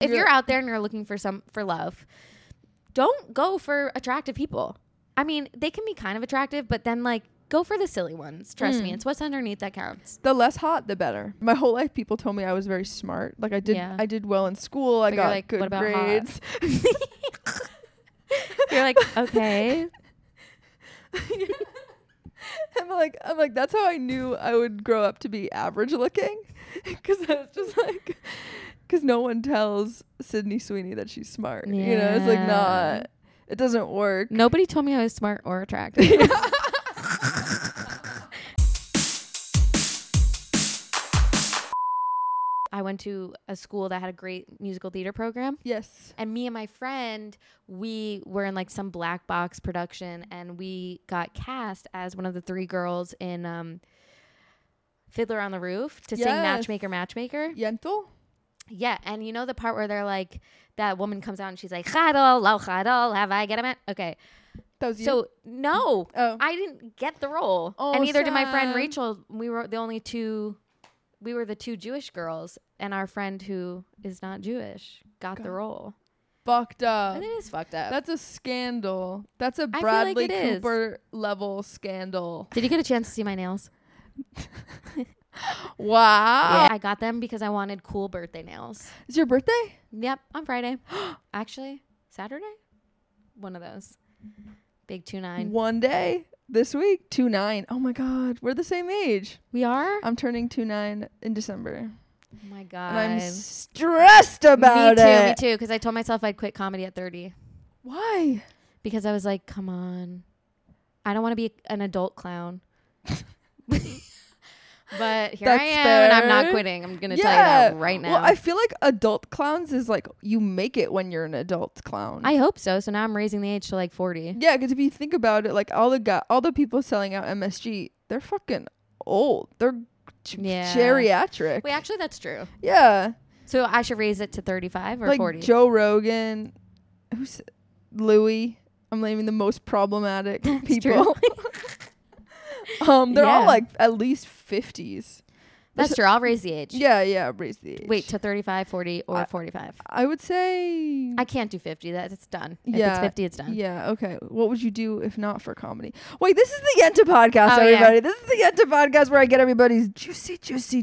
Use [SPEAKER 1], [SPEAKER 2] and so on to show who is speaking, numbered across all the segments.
[SPEAKER 1] if you're out there and you're looking for some for love, don't go for attractive people. I mean, they can be kind of attractive, but then like go for the silly ones. Trust me, it's what's underneath that counts.
[SPEAKER 2] The less hot, the better. My whole life, people told me I was very smart. Like I did,
[SPEAKER 1] Yeah.
[SPEAKER 2] I did well in school. I
[SPEAKER 1] But you're
[SPEAKER 2] got
[SPEAKER 1] like,
[SPEAKER 2] good
[SPEAKER 1] what about hot?
[SPEAKER 2] grades.
[SPEAKER 1] You're like, okay,
[SPEAKER 2] I'm like, I'm like, that's how I knew I would grow up to be average looking, because I was just like, because no one tells Sydney Sweeney that she's smart. You know, it's like
[SPEAKER 1] Yeah.
[SPEAKER 2] not, it doesn't work.
[SPEAKER 1] nobody told me I was smart or attractive. I went to a school that had a great musical theater program.
[SPEAKER 2] Yes.
[SPEAKER 1] And me and my friend, we were in like some black box production and we got cast as one of the three girls in um, Fiddler on the Roof to sing
[SPEAKER 2] Yes.
[SPEAKER 1] Matchmaker, Matchmaker.
[SPEAKER 2] Yentl.
[SPEAKER 1] Yeah. And you know the part where they're like, that woman comes out and she's like, Chadol, lo chadol, have I get a man? Okay.
[SPEAKER 2] That was you.
[SPEAKER 1] So, no,
[SPEAKER 2] oh.
[SPEAKER 1] I didn't get the role.
[SPEAKER 2] Oh,
[SPEAKER 1] and neither did my friend
[SPEAKER 2] sad.
[SPEAKER 1] Rachel. We were the only two, we were the two Jewish girls. And our friend who is not Jewish got
[SPEAKER 2] Got- Oh.
[SPEAKER 1] the role.
[SPEAKER 2] fucked up.
[SPEAKER 1] And it is fucked up.
[SPEAKER 2] That's a scandal. That's a
[SPEAKER 1] Uh, like
[SPEAKER 2] Bradley
[SPEAKER 1] it is.
[SPEAKER 2] Cooper level scandal.
[SPEAKER 1] Did you get a chance to see my nails?
[SPEAKER 2] Wow.
[SPEAKER 1] I got them because I wanted cool birthday nails.
[SPEAKER 2] It's your birthday?
[SPEAKER 1] Yep, on Friday. Actually, Saturday? One of those. Big two nine.
[SPEAKER 2] One day this week, two nine. Oh my god, we're the same age.
[SPEAKER 1] We are?
[SPEAKER 2] I'm turning two nine in December,
[SPEAKER 1] Oh my god.
[SPEAKER 2] and I'm stressed about
[SPEAKER 1] me too,
[SPEAKER 2] it.
[SPEAKER 1] me too, because I told myself I'd quit comedy at thirty.
[SPEAKER 2] Why?
[SPEAKER 1] Because I was like, come on. I don't want to be an adult clown. but here
[SPEAKER 2] That's
[SPEAKER 1] I am and I'm not
[SPEAKER 2] fair.
[SPEAKER 1] quitting. I'm gonna tell you that right now.
[SPEAKER 2] Well, I feel like adult clowns is like you make it when you're an adult clown.
[SPEAKER 1] I hope so. So now I'm raising the age to like forty.
[SPEAKER 2] yeah, because if you think about it, like all the guy, all the people selling out MSG, they're fucking old. They're g-
[SPEAKER 1] Yeah.
[SPEAKER 2] geriatric.
[SPEAKER 1] Wait, actually that's true.
[SPEAKER 2] yeah,
[SPEAKER 1] So I should raise it to 35 or
[SPEAKER 2] like
[SPEAKER 1] 40.
[SPEAKER 2] Joe Rogan, who's Louis. I'm naming the most problematic people. um, they're all
[SPEAKER 1] Yeah.
[SPEAKER 2] like at least fifties.
[SPEAKER 1] That's true. I'll raise the age.
[SPEAKER 2] Yeah, Uh, yeah, raise the age.
[SPEAKER 1] Wait, to 35, 40, or
[SPEAKER 2] I-
[SPEAKER 1] 45.
[SPEAKER 2] I would say.
[SPEAKER 1] I can't do 50. That it's done. If
[SPEAKER 2] Yeah,
[SPEAKER 1] it's 50, it's done.
[SPEAKER 2] yeah, okay. What would you do if not for comedy? Wait, this is the Yenta podcast,
[SPEAKER 1] Oh, yeah.
[SPEAKER 2] everybody. This is the Yenta podcast where I get everybody's juicy, juicy,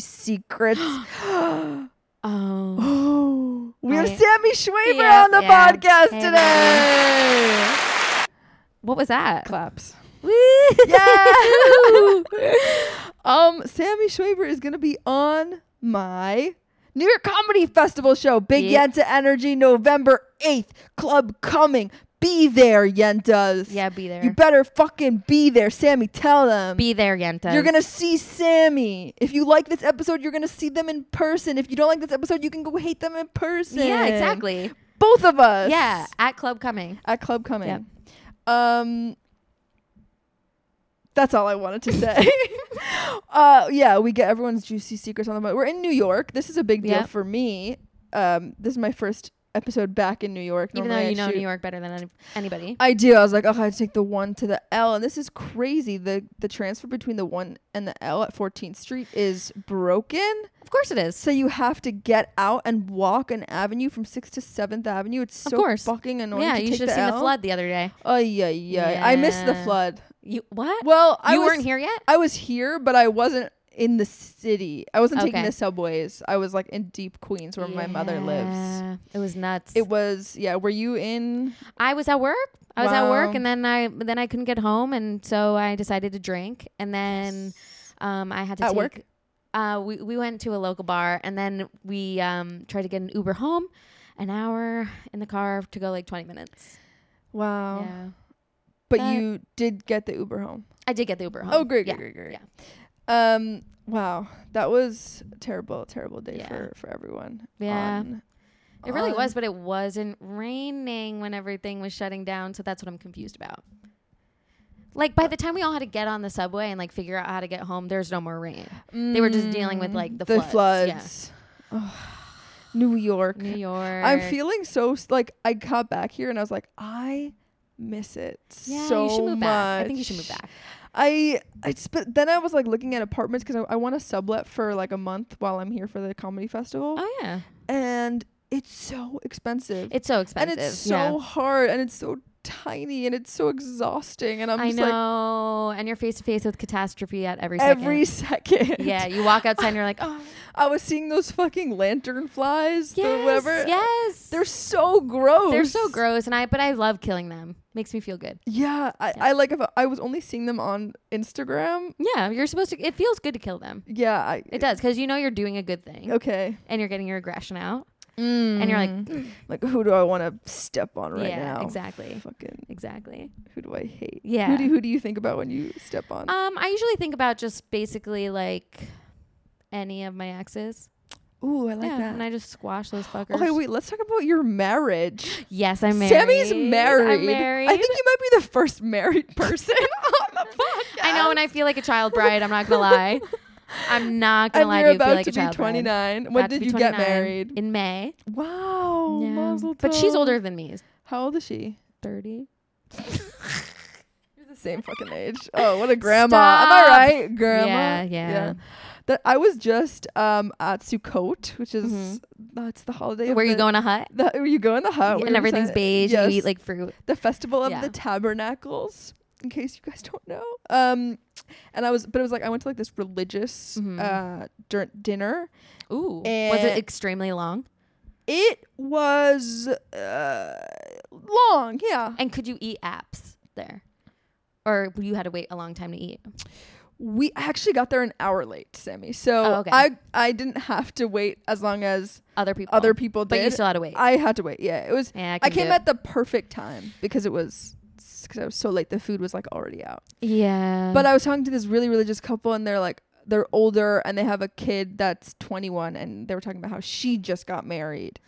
[SPEAKER 2] secrets.
[SPEAKER 1] Oh.
[SPEAKER 2] oh, we have
[SPEAKER 1] I-
[SPEAKER 2] Sammy Schwaber
[SPEAKER 1] Yeah,
[SPEAKER 2] on the
[SPEAKER 1] yeah.
[SPEAKER 2] podcast
[SPEAKER 1] Hey,
[SPEAKER 2] today.
[SPEAKER 1] What was that?
[SPEAKER 2] Claps.
[SPEAKER 1] Woo!
[SPEAKER 2] um, Sammy Schwaber is gonna be on my New York Comedy Festival show, Big
[SPEAKER 1] Yep.
[SPEAKER 2] Yenta Energy, November eighth. Club coming. Be there, Yentas.
[SPEAKER 1] yeah, be there.
[SPEAKER 2] You better fucking be there, Sammy. Tell them.
[SPEAKER 1] be there, Yenta.
[SPEAKER 2] you're gonna see Sammy. If you like this episode, you're gonna see them in person. If you don't like this episode, you can go hate them in person.
[SPEAKER 1] Yeah, exactly.
[SPEAKER 2] Both of us.
[SPEAKER 1] Yeah, at Club Coming.
[SPEAKER 2] At Club Coming. Um That's all I wanted to say. uh yeah, we get everyone's juicy secrets on the boat. We're in New York. This is a big deal
[SPEAKER 1] Yep.
[SPEAKER 2] for me. Um this is my first episode back in New York.
[SPEAKER 1] Even though
[SPEAKER 2] Normally I
[SPEAKER 1] you know
[SPEAKER 2] shoot-
[SPEAKER 1] New York better than any- anybody.
[SPEAKER 2] I do. I was like, oh, I had to take the one to the L, and this is crazy. the The transfer between the one and the L at 14th Street is broken,
[SPEAKER 1] Of course it is.
[SPEAKER 2] so you have to get out and walk an avenue from Sixth to Seventh Avenue. It's
[SPEAKER 1] Of
[SPEAKER 2] so
[SPEAKER 1] course.
[SPEAKER 2] fucking annoying.
[SPEAKER 1] Yeah,
[SPEAKER 2] to
[SPEAKER 1] you
[SPEAKER 2] take
[SPEAKER 1] should have seen the
[SPEAKER 2] L.
[SPEAKER 1] flood the other day.
[SPEAKER 2] Oh yeah, yeah. I missed the
[SPEAKER 1] Yeah.
[SPEAKER 2] flood.
[SPEAKER 1] You what?
[SPEAKER 2] Well, I
[SPEAKER 1] you
[SPEAKER 2] was,
[SPEAKER 1] weren't here yet?
[SPEAKER 2] I was here, but I wasn't in the city. I wasn't taking
[SPEAKER 1] Okay.
[SPEAKER 2] the subways. I was like in deep Queens, where my mother lives.
[SPEAKER 1] Yeah, It was nuts.
[SPEAKER 2] It was yeah. Were you in?
[SPEAKER 1] I was at work. I was at
[SPEAKER 2] Wow.
[SPEAKER 1] work, and then I then I couldn't get home, and so I decided to drink. And then um, I had to
[SPEAKER 2] At
[SPEAKER 1] take,
[SPEAKER 2] work?
[SPEAKER 1] Uh, we we went to a local bar, and then we um, tried to get an Uber home. An hour in the car to go like twenty minutes.
[SPEAKER 2] Wow.
[SPEAKER 1] Yeah,
[SPEAKER 2] But
[SPEAKER 1] But-
[SPEAKER 2] you did get the Uber home.
[SPEAKER 1] I did get the Uber home.
[SPEAKER 2] Oh, great,
[SPEAKER 1] Yeah.
[SPEAKER 2] great, great, great. Um, wow, that was a terrible, terrible day
[SPEAKER 1] Yeah.
[SPEAKER 2] for for everyone.
[SPEAKER 1] Yeah.
[SPEAKER 2] on-
[SPEAKER 1] It really
[SPEAKER 2] on-
[SPEAKER 1] was, but it wasn't raining when everything was shutting down. So that's what I'm confused about. Like by the time we all had to get on the subway and like figure out how to get home, there's no more rain. They were just dealing with, like, the floods, yeah.
[SPEAKER 2] floods. Ugh. New York.
[SPEAKER 1] New York.
[SPEAKER 2] I'm feeling so s- like I got back here and I was like I miss it
[SPEAKER 1] Yeah,
[SPEAKER 2] so
[SPEAKER 1] you should move
[SPEAKER 2] much.
[SPEAKER 1] back. I think you should move back.
[SPEAKER 2] I I s- but then I was like looking at Oh, apartments because I, I want to sublet for like a month while I'm here for the comedy festival.
[SPEAKER 1] Oh yeah.
[SPEAKER 2] and it's so expensive.
[SPEAKER 1] It's so expensive.
[SPEAKER 2] And it's so
[SPEAKER 1] yeah.
[SPEAKER 2] hard and it's so tiny and it's so exhausting. And I'm
[SPEAKER 1] I
[SPEAKER 2] just like
[SPEAKER 1] know. and you're face to face with catastrophe at every second.
[SPEAKER 2] every second.
[SPEAKER 1] yeah, you walk outside and you're like, oh,
[SPEAKER 2] I was seeing those fucking lantern flies, the
[SPEAKER 1] yes,
[SPEAKER 2] whatever.
[SPEAKER 1] yes.
[SPEAKER 2] They're so gross.
[SPEAKER 1] They're so gross, and I but I love killing them. Makes me feel good.
[SPEAKER 2] Yeah, I,
[SPEAKER 1] Yeah.
[SPEAKER 2] I like if I was only seeing them on Instagram.
[SPEAKER 1] Yeah, you're supposed to. It feels good to kill them.
[SPEAKER 2] Yeah, I,
[SPEAKER 1] It does because you know you're doing a good thing
[SPEAKER 2] Okay,
[SPEAKER 1] and you're getting your aggression out, and you're like, "Mm,
[SPEAKER 2] like who do I want to step on right
[SPEAKER 1] yeah,
[SPEAKER 2] now?
[SPEAKER 1] exactly,
[SPEAKER 2] Fucking
[SPEAKER 1] exactly.
[SPEAKER 2] who do I hate?
[SPEAKER 1] Yeah.
[SPEAKER 2] Who do who do you think about when you step on?
[SPEAKER 1] Um, I usually think about just basically like any of my exes.
[SPEAKER 2] Ooh, I like
[SPEAKER 1] yeah, and
[SPEAKER 2] that. Oh,
[SPEAKER 1] I just squash those fuckers.
[SPEAKER 2] Okay, wait. Let's talk about your marriage.
[SPEAKER 1] Yes, I'm married.
[SPEAKER 2] Sammy's married.
[SPEAKER 1] I'm married.
[SPEAKER 2] I think you might be the first married person on the podcast.
[SPEAKER 1] I know, and I feel like a child bride. I'm not gonna lie. I'm not gonna
[SPEAKER 2] And
[SPEAKER 1] lie.
[SPEAKER 2] you're
[SPEAKER 1] I do
[SPEAKER 2] about
[SPEAKER 1] feel like
[SPEAKER 2] to
[SPEAKER 1] a child
[SPEAKER 2] be 29.
[SPEAKER 1] bride.
[SPEAKER 2] When
[SPEAKER 1] About to
[SPEAKER 2] did
[SPEAKER 1] be
[SPEAKER 2] you get
[SPEAKER 1] 29
[SPEAKER 2] married?
[SPEAKER 1] In May.
[SPEAKER 2] Wow.
[SPEAKER 1] Yeah.
[SPEAKER 2] mazel
[SPEAKER 1] But she's
[SPEAKER 2] tov.
[SPEAKER 1] older than me.
[SPEAKER 2] How old is she?
[SPEAKER 1] 30.
[SPEAKER 2] You're the same fucking age. Oh, what a grandma. Am
[SPEAKER 1] Stop.
[SPEAKER 2] I right, grandma?
[SPEAKER 1] Yeah, yeah.
[SPEAKER 2] That I was just um at Sukkot, which is
[SPEAKER 1] Mhm.
[SPEAKER 2] that's the holiday. of
[SPEAKER 1] Where you
[SPEAKER 2] the-
[SPEAKER 1] go in a hut
[SPEAKER 2] The, where you go in the hut we
[SPEAKER 1] and
[SPEAKER 2] were
[SPEAKER 1] everything's
[SPEAKER 2] saying-
[SPEAKER 1] beige.
[SPEAKER 2] Yes.
[SPEAKER 1] You eat like fruit.
[SPEAKER 2] the festival of
[SPEAKER 1] Yeah.
[SPEAKER 2] the tabernacles in case you guys don't know um and i was but it was like i went to like this religious
[SPEAKER 1] Mhm.
[SPEAKER 2] uh dur- dinner
[SPEAKER 1] Ooh. was
[SPEAKER 2] And-
[SPEAKER 1] it extremely long?
[SPEAKER 2] it was uh long yeah
[SPEAKER 1] And could you eat apps there? Or you had to wait a long time to eat?
[SPEAKER 2] we I actually got there an hour late sammy so
[SPEAKER 1] Oh, okay.
[SPEAKER 2] i i didn't have to wait as long as
[SPEAKER 1] Other people.
[SPEAKER 2] other people did
[SPEAKER 1] But you still had to wait.
[SPEAKER 2] i had to wait yeah it was
[SPEAKER 1] yeah,
[SPEAKER 2] i,
[SPEAKER 1] couldn't
[SPEAKER 2] came
[SPEAKER 1] do it.
[SPEAKER 2] at the perfect time because it was because i was so late the food was like already out
[SPEAKER 1] Yeah.
[SPEAKER 2] But I was talking to this really religious couple, and they're like, they're older and they have a kid that's 21, and they were talking about how she just got married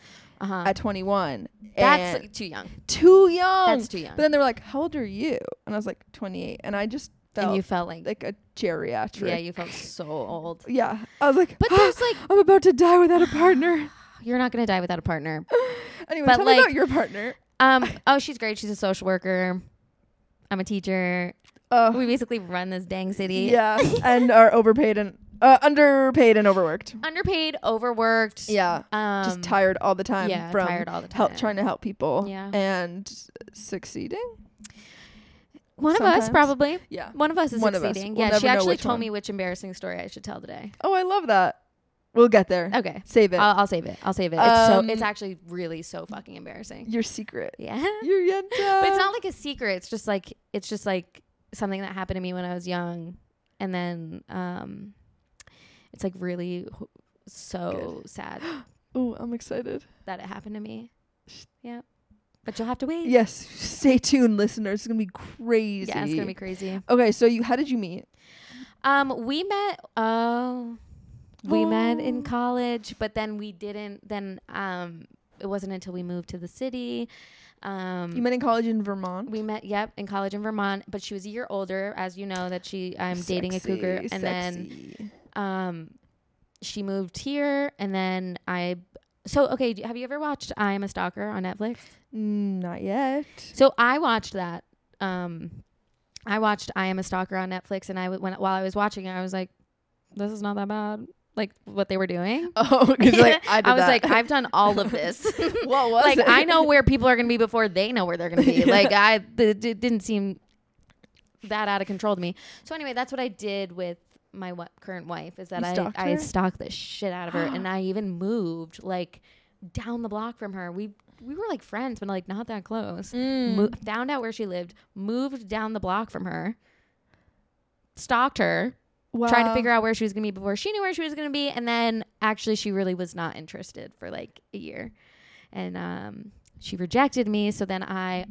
[SPEAKER 1] uh-huh.
[SPEAKER 2] at 21.
[SPEAKER 1] that's
[SPEAKER 2] and
[SPEAKER 1] like, too young.
[SPEAKER 2] too young.
[SPEAKER 1] That's too young.
[SPEAKER 2] but then they were like, "How old are you?" And I was like, "28," and I just
[SPEAKER 1] and
[SPEAKER 2] felt
[SPEAKER 1] you felt like,
[SPEAKER 2] like a geriatric.
[SPEAKER 1] yeah, you felt so old.
[SPEAKER 2] yeah. I was like,
[SPEAKER 1] But there's like,
[SPEAKER 2] I'm about to die without a partner.
[SPEAKER 1] you're not going to die without a partner.
[SPEAKER 2] anyway,
[SPEAKER 1] But
[SPEAKER 2] tell me
[SPEAKER 1] like-
[SPEAKER 2] about your partner.
[SPEAKER 1] Um, oh, she's great. She's a social worker. I'm a teacher.
[SPEAKER 2] Uh,
[SPEAKER 1] We basically run this dang city.
[SPEAKER 2] yeah, and are overpaid and uh, underpaid and overworked.
[SPEAKER 1] Underpaid, overworked.
[SPEAKER 2] Yeah.
[SPEAKER 1] Um,
[SPEAKER 2] just tired all the time
[SPEAKER 1] yeah,
[SPEAKER 2] from
[SPEAKER 1] tired all the
[SPEAKER 2] help
[SPEAKER 1] time.
[SPEAKER 2] trying to help people
[SPEAKER 1] Yeah.
[SPEAKER 2] and succeeding
[SPEAKER 1] One of us
[SPEAKER 2] sometimes.
[SPEAKER 1] probably.
[SPEAKER 2] yeah
[SPEAKER 1] One of us is
[SPEAKER 2] One of us.
[SPEAKER 1] succeeding.
[SPEAKER 2] We'll
[SPEAKER 1] yeah,
[SPEAKER 2] never
[SPEAKER 1] she
[SPEAKER 2] know
[SPEAKER 1] actually
[SPEAKER 2] which
[SPEAKER 1] told
[SPEAKER 2] one.
[SPEAKER 1] me which embarrassing story I should tell today.
[SPEAKER 2] oh i love that we'll get there
[SPEAKER 1] Okay. Uh,
[SPEAKER 2] save it
[SPEAKER 1] I'll, I'll save it. I'll save it. It's
[SPEAKER 2] Um,
[SPEAKER 1] so it's actually really so fucking embarrassing.
[SPEAKER 2] your secret
[SPEAKER 1] Yeah.
[SPEAKER 2] your yenta
[SPEAKER 1] but
[SPEAKER 2] Uh,
[SPEAKER 1] it's not like a secret. It's just like it's just like something that happened to me when I was young and then um it's like really h- so sad
[SPEAKER 2] oh i'm excited
[SPEAKER 1] that it happened to me. Yeah. But you'll have to wait.
[SPEAKER 2] yes stay tuned listeners it's gonna be crazy
[SPEAKER 1] Yeah, it's going to be crazy.
[SPEAKER 2] okay so you how did you meet
[SPEAKER 1] Um, we met. Oh, we met
[SPEAKER 2] Oh.
[SPEAKER 1] in college, but then we didn't. Then um, it wasn't until we moved to the city. Um,
[SPEAKER 2] you met in college in vermont
[SPEAKER 1] we met. Yep, in college in Vermont, but she was a year older, as you know. That she, I'm dating a cougar, and
[SPEAKER 2] Sexy,
[SPEAKER 1] then
[SPEAKER 2] sexy.
[SPEAKER 1] um, she moved here, and then I. So okay, do- have you ever watched I Am a Stalker on Netflix?
[SPEAKER 2] Mm, not yet
[SPEAKER 1] So I watched that. Um, I watched I Am a Stalker on Netflix, and I w- when while I was watching it, I was like, "This is not that bad." Like what they were doing.
[SPEAKER 2] oh because like i, did
[SPEAKER 1] was
[SPEAKER 2] that.
[SPEAKER 1] like, "I've done all of this."
[SPEAKER 2] what was
[SPEAKER 1] like
[SPEAKER 2] it?
[SPEAKER 1] I know where people are gonna be before they know where they're gonna be.
[SPEAKER 2] Yeah.
[SPEAKER 1] Like I, th- it didn't seem that out of control to me. So anyway, that's what I did with my w- current wife. Is that
[SPEAKER 2] You
[SPEAKER 1] I
[SPEAKER 2] stalked
[SPEAKER 1] I
[SPEAKER 2] her?
[SPEAKER 1] stalked the shit out of her, and I even moved like down the block from her. We we were like friends, but like not that close
[SPEAKER 2] Mm.
[SPEAKER 1] mo- found out where she lived, moved down the block from her, stalked her, tried to
[SPEAKER 2] Wow.
[SPEAKER 1] figure out where she was going to be before she knew where she was going to be, and then actually she really was not interested for like a year. And um she rejected me, so then I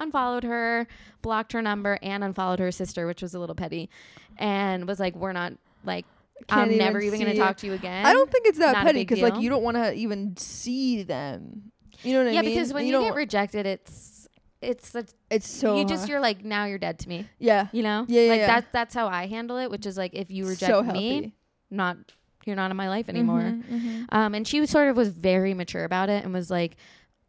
[SPEAKER 1] unfollowed her, blocked her number and unfollowed her sister, which was a little petty, and was like we're not like
[SPEAKER 2] Can't
[SPEAKER 1] I'm
[SPEAKER 2] even
[SPEAKER 1] never even going
[SPEAKER 2] see
[SPEAKER 1] to talk to you again.
[SPEAKER 2] I don't think it's that
[SPEAKER 1] Not a
[SPEAKER 2] petty
[SPEAKER 1] big
[SPEAKER 2] because like
[SPEAKER 1] deal.
[SPEAKER 2] you don't want to even see them. You know what
[SPEAKER 1] yeah,
[SPEAKER 2] I mean?
[SPEAKER 1] because when you,
[SPEAKER 2] don't,
[SPEAKER 1] get rejected, it's it's a,
[SPEAKER 2] it's so
[SPEAKER 1] you just
[SPEAKER 2] hard.
[SPEAKER 1] you're like now you're dead to me.
[SPEAKER 2] yeah,
[SPEAKER 1] You know?
[SPEAKER 2] Yeah, yeah,
[SPEAKER 1] Like
[SPEAKER 2] yeah.
[SPEAKER 1] that that's how I handle it, which is like if you reject
[SPEAKER 2] so
[SPEAKER 1] me,
[SPEAKER 2] healthy
[SPEAKER 1] not you're not in my life anymore.
[SPEAKER 2] Mhm, mhm.
[SPEAKER 1] Um and she was sort of was very mature about it and was like,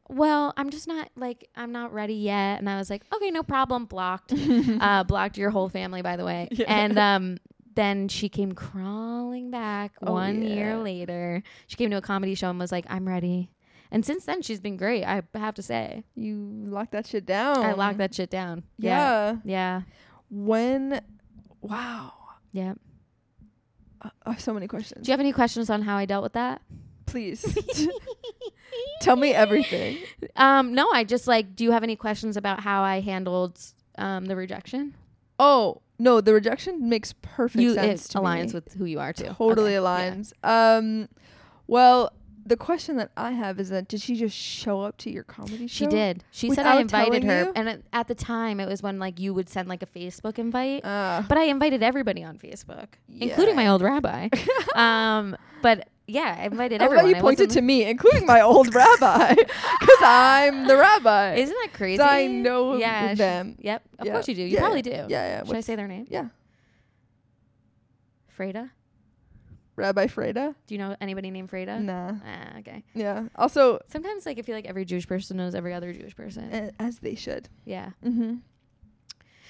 [SPEAKER 1] Well, I'm just not like I'm not ready yet and I was like, Okay, no problem, blocked.
[SPEAKER 2] mm-hmm.
[SPEAKER 1] uh blocked your whole family by the way.
[SPEAKER 2] Yeah.
[SPEAKER 1] And um then she came crawling back
[SPEAKER 2] Oh,
[SPEAKER 1] one year
[SPEAKER 2] yeah.
[SPEAKER 1] later. She came to a comedy show and was like, I'm ready. And since then, she's been great. I have to say,
[SPEAKER 2] You lock that shit down.
[SPEAKER 1] I locked that shit down. Yeah,
[SPEAKER 2] Yeah.
[SPEAKER 1] yeah,
[SPEAKER 2] When? Wow.
[SPEAKER 1] yeah.
[SPEAKER 2] I I have so many
[SPEAKER 1] Do
[SPEAKER 2] questions.
[SPEAKER 1] you have any questions on how I dealt with that?
[SPEAKER 2] Please tell me everything.
[SPEAKER 1] Um, no, I just like. Do you have any questions about how I handled um the rejection?
[SPEAKER 2] Oh no, the rejection makes perfect
[SPEAKER 1] you
[SPEAKER 2] sense.
[SPEAKER 1] it
[SPEAKER 2] to
[SPEAKER 1] aligns
[SPEAKER 2] me.
[SPEAKER 1] with who you are too.
[SPEAKER 2] totally
[SPEAKER 1] Okay, yeah.
[SPEAKER 2] aligns. Um, well, the question that I have is that did she just show up to your comedy show?
[SPEAKER 1] She did. She said I
[SPEAKER 2] without
[SPEAKER 1] invited
[SPEAKER 2] telling
[SPEAKER 1] her,
[SPEAKER 2] you?
[SPEAKER 1] and at- at the time, it was when like you would send like a Facebook invite.
[SPEAKER 2] Uh,
[SPEAKER 1] but I invited everybody on Facebook, including my old rabbi. um, but yeah, I invited
[SPEAKER 2] I love how
[SPEAKER 1] everyone.
[SPEAKER 2] you
[SPEAKER 1] I
[SPEAKER 2] pointed to
[SPEAKER 1] wasn't-
[SPEAKER 2] me, including my old rabbi, because I'm the rabbi.
[SPEAKER 1] Isn't that crazy?
[SPEAKER 2] So I know
[SPEAKER 1] Yeah, she-
[SPEAKER 2] them.
[SPEAKER 1] Yep. Of
[SPEAKER 2] Yeah.
[SPEAKER 1] course you do. You
[SPEAKER 2] Yeah,
[SPEAKER 1] probably do.
[SPEAKER 2] yeah, yeah.
[SPEAKER 1] Should I
[SPEAKER 2] What's-
[SPEAKER 1] say their name?
[SPEAKER 2] Yeah,
[SPEAKER 1] Freda.
[SPEAKER 2] Rabbi Freda.
[SPEAKER 1] Do you know anybody named Freda?
[SPEAKER 2] Nah.
[SPEAKER 1] Ah, okay.
[SPEAKER 2] Yeah. Also,
[SPEAKER 1] Sometimes like I feel like every Jewish person knows every other Jewish person.
[SPEAKER 2] a- as they should.
[SPEAKER 1] yeah.
[SPEAKER 2] Mm-hmm.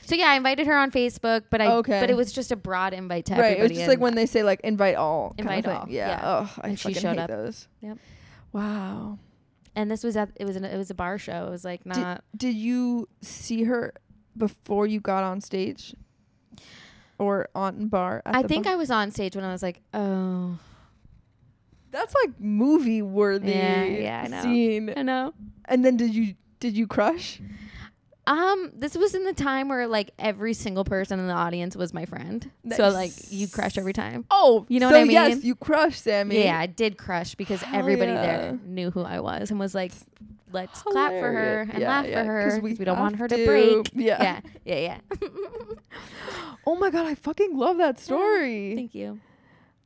[SPEAKER 1] So yeah, I invited her on Facebook, but I
[SPEAKER 2] Okay.
[SPEAKER 1] but it was just a broad invite to
[SPEAKER 2] Right.
[SPEAKER 1] everybody.
[SPEAKER 2] It was just like
[SPEAKER 1] and
[SPEAKER 2] when they say like invite all. kind of
[SPEAKER 1] Invite
[SPEAKER 2] thing.
[SPEAKER 1] all,
[SPEAKER 2] Yeah.
[SPEAKER 1] yeah.
[SPEAKER 2] Oh, I
[SPEAKER 1] And she
[SPEAKER 2] fucking
[SPEAKER 1] showed
[SPEAKER 2] hate
[SPEAKER 1] up.
[SPEAKER 2] those.
[SPEAKER 1] Yep.
[SPEAKER 2] Wow.
[SPEAKER 1] and this was at it was an, it was a bar show. It was like not
[SPEAKER 2] Did you see her before you got on stage, or on bar? At
[SPEAKER 1] I
[SPEAKER 2] the
[SPEAKER 1] think
[SPEAKER 2] bar?
[SPEAKER 1] I was on stage when I was like, "Oh,
[SPEAKER 2] that's like movie worthy.
[SPEAKER 1] Yeah, yeah, I know.
[SPEAKER 2] Scene.
[SPEAKER 1] I know."
[SPEAKER 2] And then did you did you crush?
[SPEAKER 1] Um, this was in the time where like every single person in the audience was my friend. So like you crush every time.
[SPEAKER 2] Oh,
[SPEAKER 1] You know
[SPEAKER 2] so
[SPEAKER 1] what I
[SPEAKER 2] Yes,
[SPEAKER 1] mean?
[SPEAKER 2] you crushed, Sammy.
[SPEAKER 1] yeah, I did crush because
[SPEAKER 2] Hell
[SPEAKER 1] everybody
[SPEAKER 2] yeah.
[SPEAKER 1] there knew who I was and was like, "Let's clap for her
[SPEAKER 2] Hilarious.
[SPEAKER 1] and
[SPEAKER 2] Yeah,
[SPEAKER 1] laugh for
[SPEAKER 2] yeah, 'cause
[SPEAKER 1] her because
[SPEAKER 2] we
[SPEAKER 1] we, don't want
[SPEAKER 2] have
[SPEAKER 1] her to,
[SPEAKER 2] to.
[SPEAKER 1] break." yeah,
[SPEAKER 2] Yeah.
[SPEAKER 1] yeah. yeah.
[SPEAKER 2] Oh my god, I fucking love that story.
[SPEAKER 1] Thank you.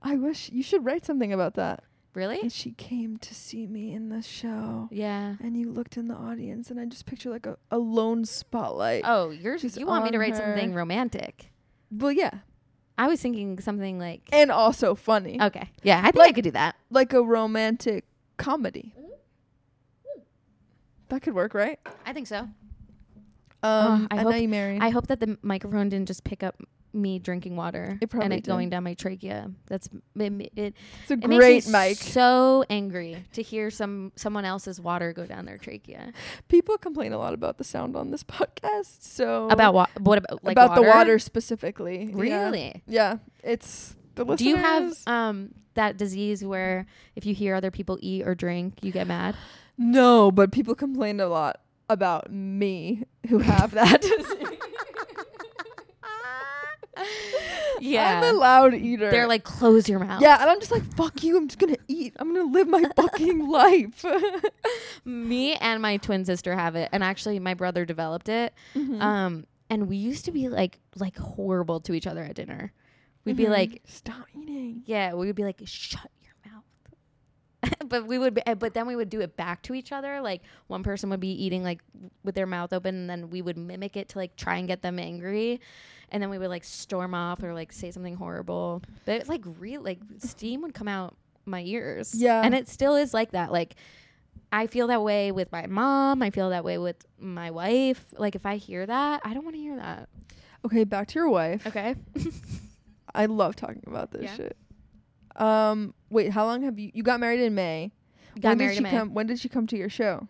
[SPEAKER 2] I wish you should write something about that.
[SPEAKER 1] Really?
[SPEAKER 2] And she came to see me in the show.
[SPEAKER 1] Yeah.
[SPEAKER 2] And you looked in the audience, and I just picture like a, a lone spotlight.
[SPEAKER 1] Oh, you're
[SPEAKER 2] She's
[SPEAKER 1] you want me to
[SPEAKER 2] on
[SPEAKER 1] write something
[SPEAKER 2] her-
[SPEAKER 1] romantic?
[SPEAKER 2] Well, yeah.
[SPEAKER 1] I was thinking something like,
[SPEAKER 2] And also funny.
[SPEAKER 1] okay, yeah, I think I
[SPEAKER 2] Eh. Like-
[SPEAKER 1] could do that.
[SPEAKER 2] like a romantic comedy.
[SPEAKER 1] Mm-hmm.
[SPEAKER 2] That could work, right?
[SPEAKER 1] I think so. Uh,
[SPEAKER 2] Um,
[SPEAKER 1] I
[SPEAKER 2] and
[SPEAKER 1] hope-
[SPEAKER 2] now you married.
[SPEAKER 1] I hope that the microphone didn't just pick up me drinking water
[SPEAKER 2] It probably
[SPEAKER 1] and it
[SPEAKER 2] did.
[SPEAKER 1] going down my trachea. That's it. it,
[SPEAKER 2] it's a
[SPEAKER 1] it
[SPEAKER 2] great
[SPEAKER 1] makes me
[SPEAKER 2] mic.
[SPEAKER 1] So angry to hear some someone else's water go down their trachea.
[SPEAKER 2] People complain a lot about the sound on this podcast. So
[SPEAKER 1] about wa- what about like
[SPEAKER 2] about the
[SPEAKER 1] water?
[SPEAKER 2] water specifically. Yeah.
[SPEAKER 1] Really?
[SPEAKER 2] Yeah. It's the listeners.
[SPEAKER 1] Do you have um that disease where if you hear other people eat or drink, you get mad?
[SPEAKER 2] No, but people complain a lot about me who have that. disease.
[SPEAKER 1] Yeah.
[SPEAKER 2] I'm a loud eater.
[SPEAKER 1] They're like, close your mouth.
[SPEAKER 2] Yeah, and I'm just like, fuck you. I'm just gonna eat. I'm gonna live my fucking life.
[SPEAKER 1] Me and my twin sister have it, and actually, my brother developed it.
[SPEAKER 2] Mm-hmm.
[SPEAKER 1] Um, and we used to be like like horrible to each other at dinner. We'd be like,
[SPEAKER 2] Mm-hmm. stop eating.
[SPEAKER 1] yeah, we would be like, shut your mouth. but we would, be, uh, but then we would do it back to each other. Like one person would be eating like with their mouth open, and then we would mimic it to like try and get them angry, and then we would like storm off or like say something horrible. But it's like real, like steam would come out my ears.
[SPEAKER 2] Yeah.
[SPEAKER 1] and it still is like that. Like I feel that way with my mom. I feel that way with my wife. Like if I hear that, I don't want to hear that.
[SPEAKER 2] Okay, back to your wife.
[SPEAKER 1] Okay.
[SPEAKER 2] I love talking about this
[SPEAKER 1] Yeah.
[SPEAKER 2] shit. Um, wait, how long have you you got married in May?
[SPEAKER 1] Got
[SPEAKER 2] when
[SPEAKER 1] married
[SPEAKER 2] did she
[SPEAKER 1] in May.
[SPEAKER 2] come? When did she come to your show?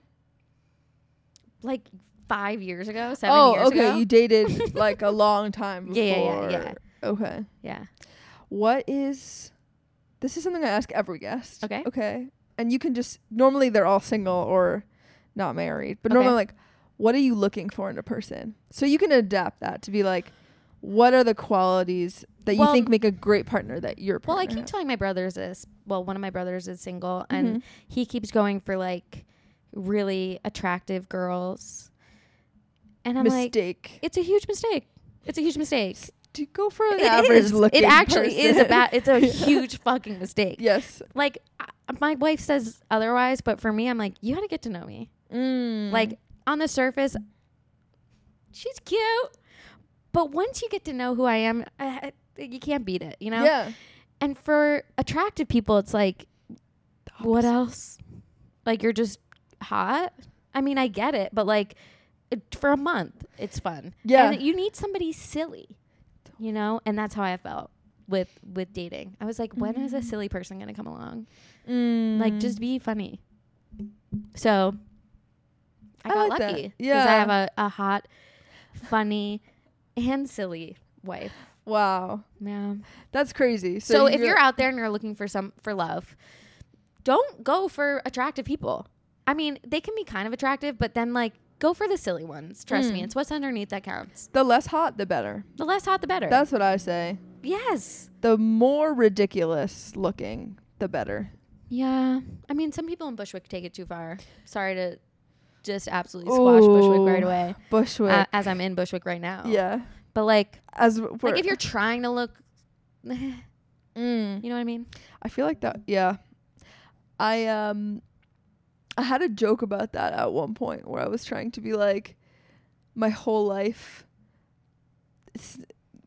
[SPEAKER 1] like five years ago, seven
[SPEAKER 2] oh,
[SPEAKER 1] years
[SPEAKER 2] okay.
[SPEAKER 1] ago.
[SPEAKER 2] You dated like a long time
[SPEAKER 1] Yeah, yeah,
[SPEAKER 2] before.
[SPEAKER 1] yeah, yeah.
[SPEAKER 2] Okay.
[SPEAKER 1] yeah.
[SPEAKER 2] What is? This is something I ask every guest.
[SPEAKER 1] Okay.
[SPEAKER 2] Okay. And you can just normally they're all single or not married, but normally
[SPEAKER 1] Okay.
[SPEAKER 2] like, what are you looking for in a person? So you can adapt that to be like, what are the qualities that
[SPEAKER 1] Well,
[SPEAKER 2] you think make a great partner that your
[SPEAKER 1] Well,
[SPEAKER 2] partner? Mm-hmm.
[SPEAKER 1] I keep
[SPEAKER 2] has?
[SPEAKER 1] telling my brothers this. Well, one of my brothers is single, and he keeps going for like really attractive girls, and I'm like,
[SPEAKER 2] mistake.
[SPEAKER 1] it's a huge mistake. It's a huge mistake.
[SPEAKER 2] to go for an
[SPEAKER 1] It
[SPEAKER 2] average
[SPEAKER 1] is.
[SPEAKER 2] looking.
[SPEAKER 1] It actually is a
[SPEAKER 2] person.
[SPEAKER 1] bad. It's a
[SPEAKER 2] Yeah.
[SPEAKER 1] huge fucking mistake.
[SPEAKER 2] Yes.
[SPEAKER 1] Like I, my wife says otherwise, but for me, I'm like, you got to get to know me.
[SPEAKER 2] Mm.
[SPEAKER 1] Like on the surface, she's cute, but once you get to know who I am, I, I- you can't beat it. You know.
[SPEAKER 2] yeah.
[SPEAKER 1] And for attractive people, it's like, what else? Like, you're just hot. I mean, I get it, but like, it- for a month, it's fun.
[SPEAKER 2] Yeah.
[SPEAKER 1] And you need somebody silly, you know? And that's how I felt with
[SPEAKER 2] Mm.
[SPEAKER 1] with dating. I was like, when is a silly person going to come along? Like, just be funny. So I,
[SPEAKER 2] I
[SPEAKER 1] got
[SPEAKER 2] like that.
[SPEAKER 1] lucky
[SPEAKER 2] Yeah.
[SPEAKER 1] I have a, a hot, funny, and silly wife.
[SPEAKER 2] Wow.
[SPEAKER 1] Yeah.
[SPEAKER 2] That's crazy. So,
[SPEAKER 1] So, if you're out there and you're looking for some for love, don't go for attractive people. I mean, they can be kind of attractive, but then like go for the silly ones. Trust me,
[SPEAKER 2] Mm.
[SPEAKER 1] it's what's underneath that counts.
[SPEAKER 2] the less hot, the better.
[SPEAKER 1] The less hot, the better.
[SPEAKER 2] That's what I say.
[SPEAKER 1] yes.
[SPEAKER 2] The more ridiculous looking, the better.
[SPEAKER 1] Yeah. I mean, some people in Bushwick take it too far. Sorry to just absolutely squash Bushwick right
[SPEAKER 2] Ooh,
[SPEAKER 1] away.
[SPEAKER 2] Bushwick.
[SPEAKER 1] a- as I'm in Bushwick right now.
[SPEAKER 2] yeah.
[SPEAKER 1] But like,
[SPEAKER 2] As w-
[SPEAKER 1] Uh, like
[SPEAKER 2] we're-
[SPEAKER 1] if you're trying to look, you
[SPEAKER 2] Mm.
[SPEAKER 1] know what I mean?
[SPEAKER 2] I feel like that. Yeah. I um, I had a joke about that at one point where I was trying to be like, my whole life. s-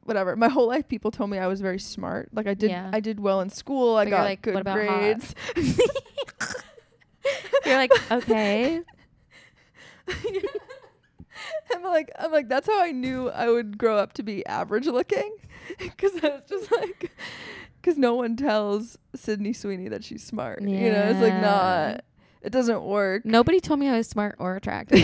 [SPEAKER 2] Whatever. My whole life, people told me I was very smart. Like I did,
[SPEAKER 1] Yeah.
[SPEAKER 2] I did well in school. I
[SPEAKER 1] But you're
[SPEAKER 2] got
[SPEAKER 1] like,
[SPEAKER 2] good
[SPEAKER 1] "What about hot?"
[SPEAKER 2] grades.
[SPEAKER 1] You're like, okay.
[SPEAKER 2] I'm like, I'm like, that's how I knew I would grow up to be average looking, because I was just like, because no one tells Sydney Sweeney that she's smart. You know, it's like
[SPEAKER 1] Yeah.
[SPEAKER 2] not, it doesn't work.
[SPEAKER 1] Nobody told me I was smart or attractive.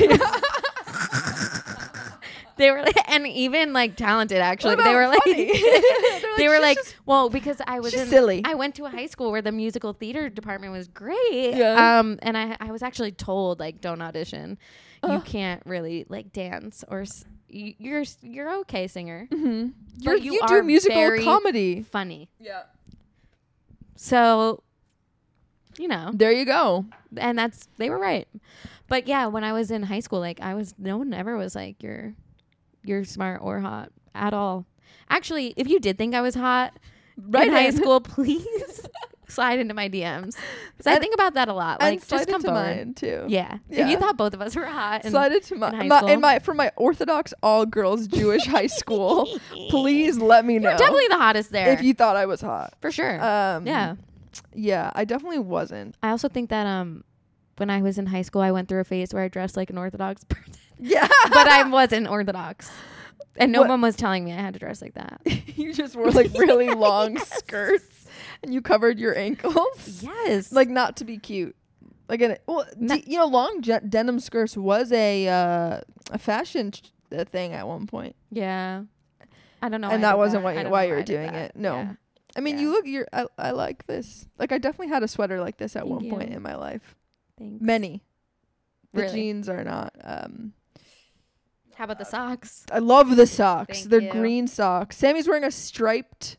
[SPEAKER 1] they were like, and even like talented actually.
[SPEAKER 2] What
[SPEAKER 1] They
[SPEAKER 2] about
[SPEAKER 1] were like,
[SPEAKER 2] funny? They're
[SPEAKER 1] they were
[SPEAKER 2] "She's
[SPEAKER 1] like,
[SPEAKER 2] just-
[SPEAKER 1] well, because I was
[SPEAKER 2] she's
[SPEAKER 1] in,
[SPEAKER 2] silly.
[SPEAKER 1] I went to a high school where the musical theater department was great.
[SPEAKER 2] Yeah.
[SPEAKER 1] Um, and I I was actually told like don't audition. You
[SPEAKER 2] Ugh.
[SPEAKER 1] can't really like dance or s- y- you're s- you're okay singer.
[SPEAKER 2] Mhm.
[SPEAKER 1] But
[SPEAKER 2] You're-
[SPEAKER 1] you
[SPEAKER 2] you
[SPEAKER 1] are
[SPEAKER 2] do musical
[SPEAKER 1] very-
[SPEAKER 2] comedy.
[SPEAKER 1] Funny.
[SPEAKER 2] Yeah.
[SPEAKER 1] So you know,
[SPEAKER 2] There you go.
[SPEAKER 1] and that's they were right. But yeah, when I was in high school, like I was no one ever was like you're you're smart or hot at all. Actually, if you did think I was hot
[SPEAKER 2] Right
[SPEAKER 1] in high
[SPEAKER 2] in.
[SPEAKER 1] school, please slide into my DMs. Cuz I
[SPEAKER 2] And-
[SPEAKER 1] think about that a lot.
[SPEAKER 2] and
[SPEAKER 1] Like
[SPEAKER 2] slide
[SPEAKER 1] just come
[SPEAKER 2] into
[SPEAKER 1] forward.
[SPEAKER 2] mine too.
[SPEAKER 1] Yeah. If
[SPEAKER 2] Yeah.
[SPEAKER 1] you thought both of us were hot and
[SPEAKER 2] Slide into my,
[SPEAKER 1] high
[SPEAKER 2] my
[SPEAKER 1] school.
[SPEAKER 2] in my from my Orthodox all girls Jewish high school. Please let me know.
[SPEAKER 1] you're definitely the hottest there.
[SPEAKER 2] if you thought I was hot.
[SPEAKER 1] for sure.
[SPEAKER 2] Um,
[SPEAKER 1] yeah.
[SPEAKER 2] yeah, I definitely wasn't.
[SPEAKER 1] I also think that um when I was in high school, I went through a phase where I dressed like an orthodox person.
[SPEAKER 2] Yeah,
[SPEAKER 1] but I wasn't orthodox. And no
[SPEAKER 2] What-
[SPEAKER 1] one was telling me I had to dress like that.
[SPEAKER 2] you just wore like really long
[SPEAKER 1] Yes.
[SPEAKER 2] skirts and you covered your ankles,
[SPEAKER 1] Yes.
[SPEAKER 2] like not to be cute. Like an well,
[SPEAKER 1] No-
[SPEAKER 2] d- you know, long je- denim skirts was a uh, a fashion ch- uh, thing at one point.
[SPEAKER 1] yeah. I don't know.
[SPEAKER 2] And
[SPEAKER 1] why I
[SPEAKER 2] that
[SPEAKER 1] did
[SPEAKER 2] wasn't why-
[SPEAKER 1] I don't
[SPEAKER 2] why
[SPEAKER 1] know
[SPEAKER 2] you were
[SPEAKER 1] I did
[SPEAKER 2] doing
[SPEAKER 1] that.
[SPEAKER 2] it. No.
[SPEAKER 1] Yeah.
[SPEAKER 2] I mean,
[SPEAKER 1] Yeah.
[SPEAKER 2] you look. You're. I, I like this. Like I definitely had a sweater like this at
[SPEAKER 1] Thank
[SPEAKER 2] one point
[SPEAKER 1] you.
[SPEAKER 2] in my life.
[SPEAKER 1] Thanks.
[SPEAKER 2] Many. The
[SPEAKER 1] Really?
[SPEAKER 2] jeans are not. Um,
[SPEAKER 1] How about the socks?
[SPEAKER 2] I love the socks.
[SPEAKER 1] Thank
[SPEAKER 2] They're
[SPEAKER 1] you.
[SPEAKER 2] green socks. Sammy's wearing a striped.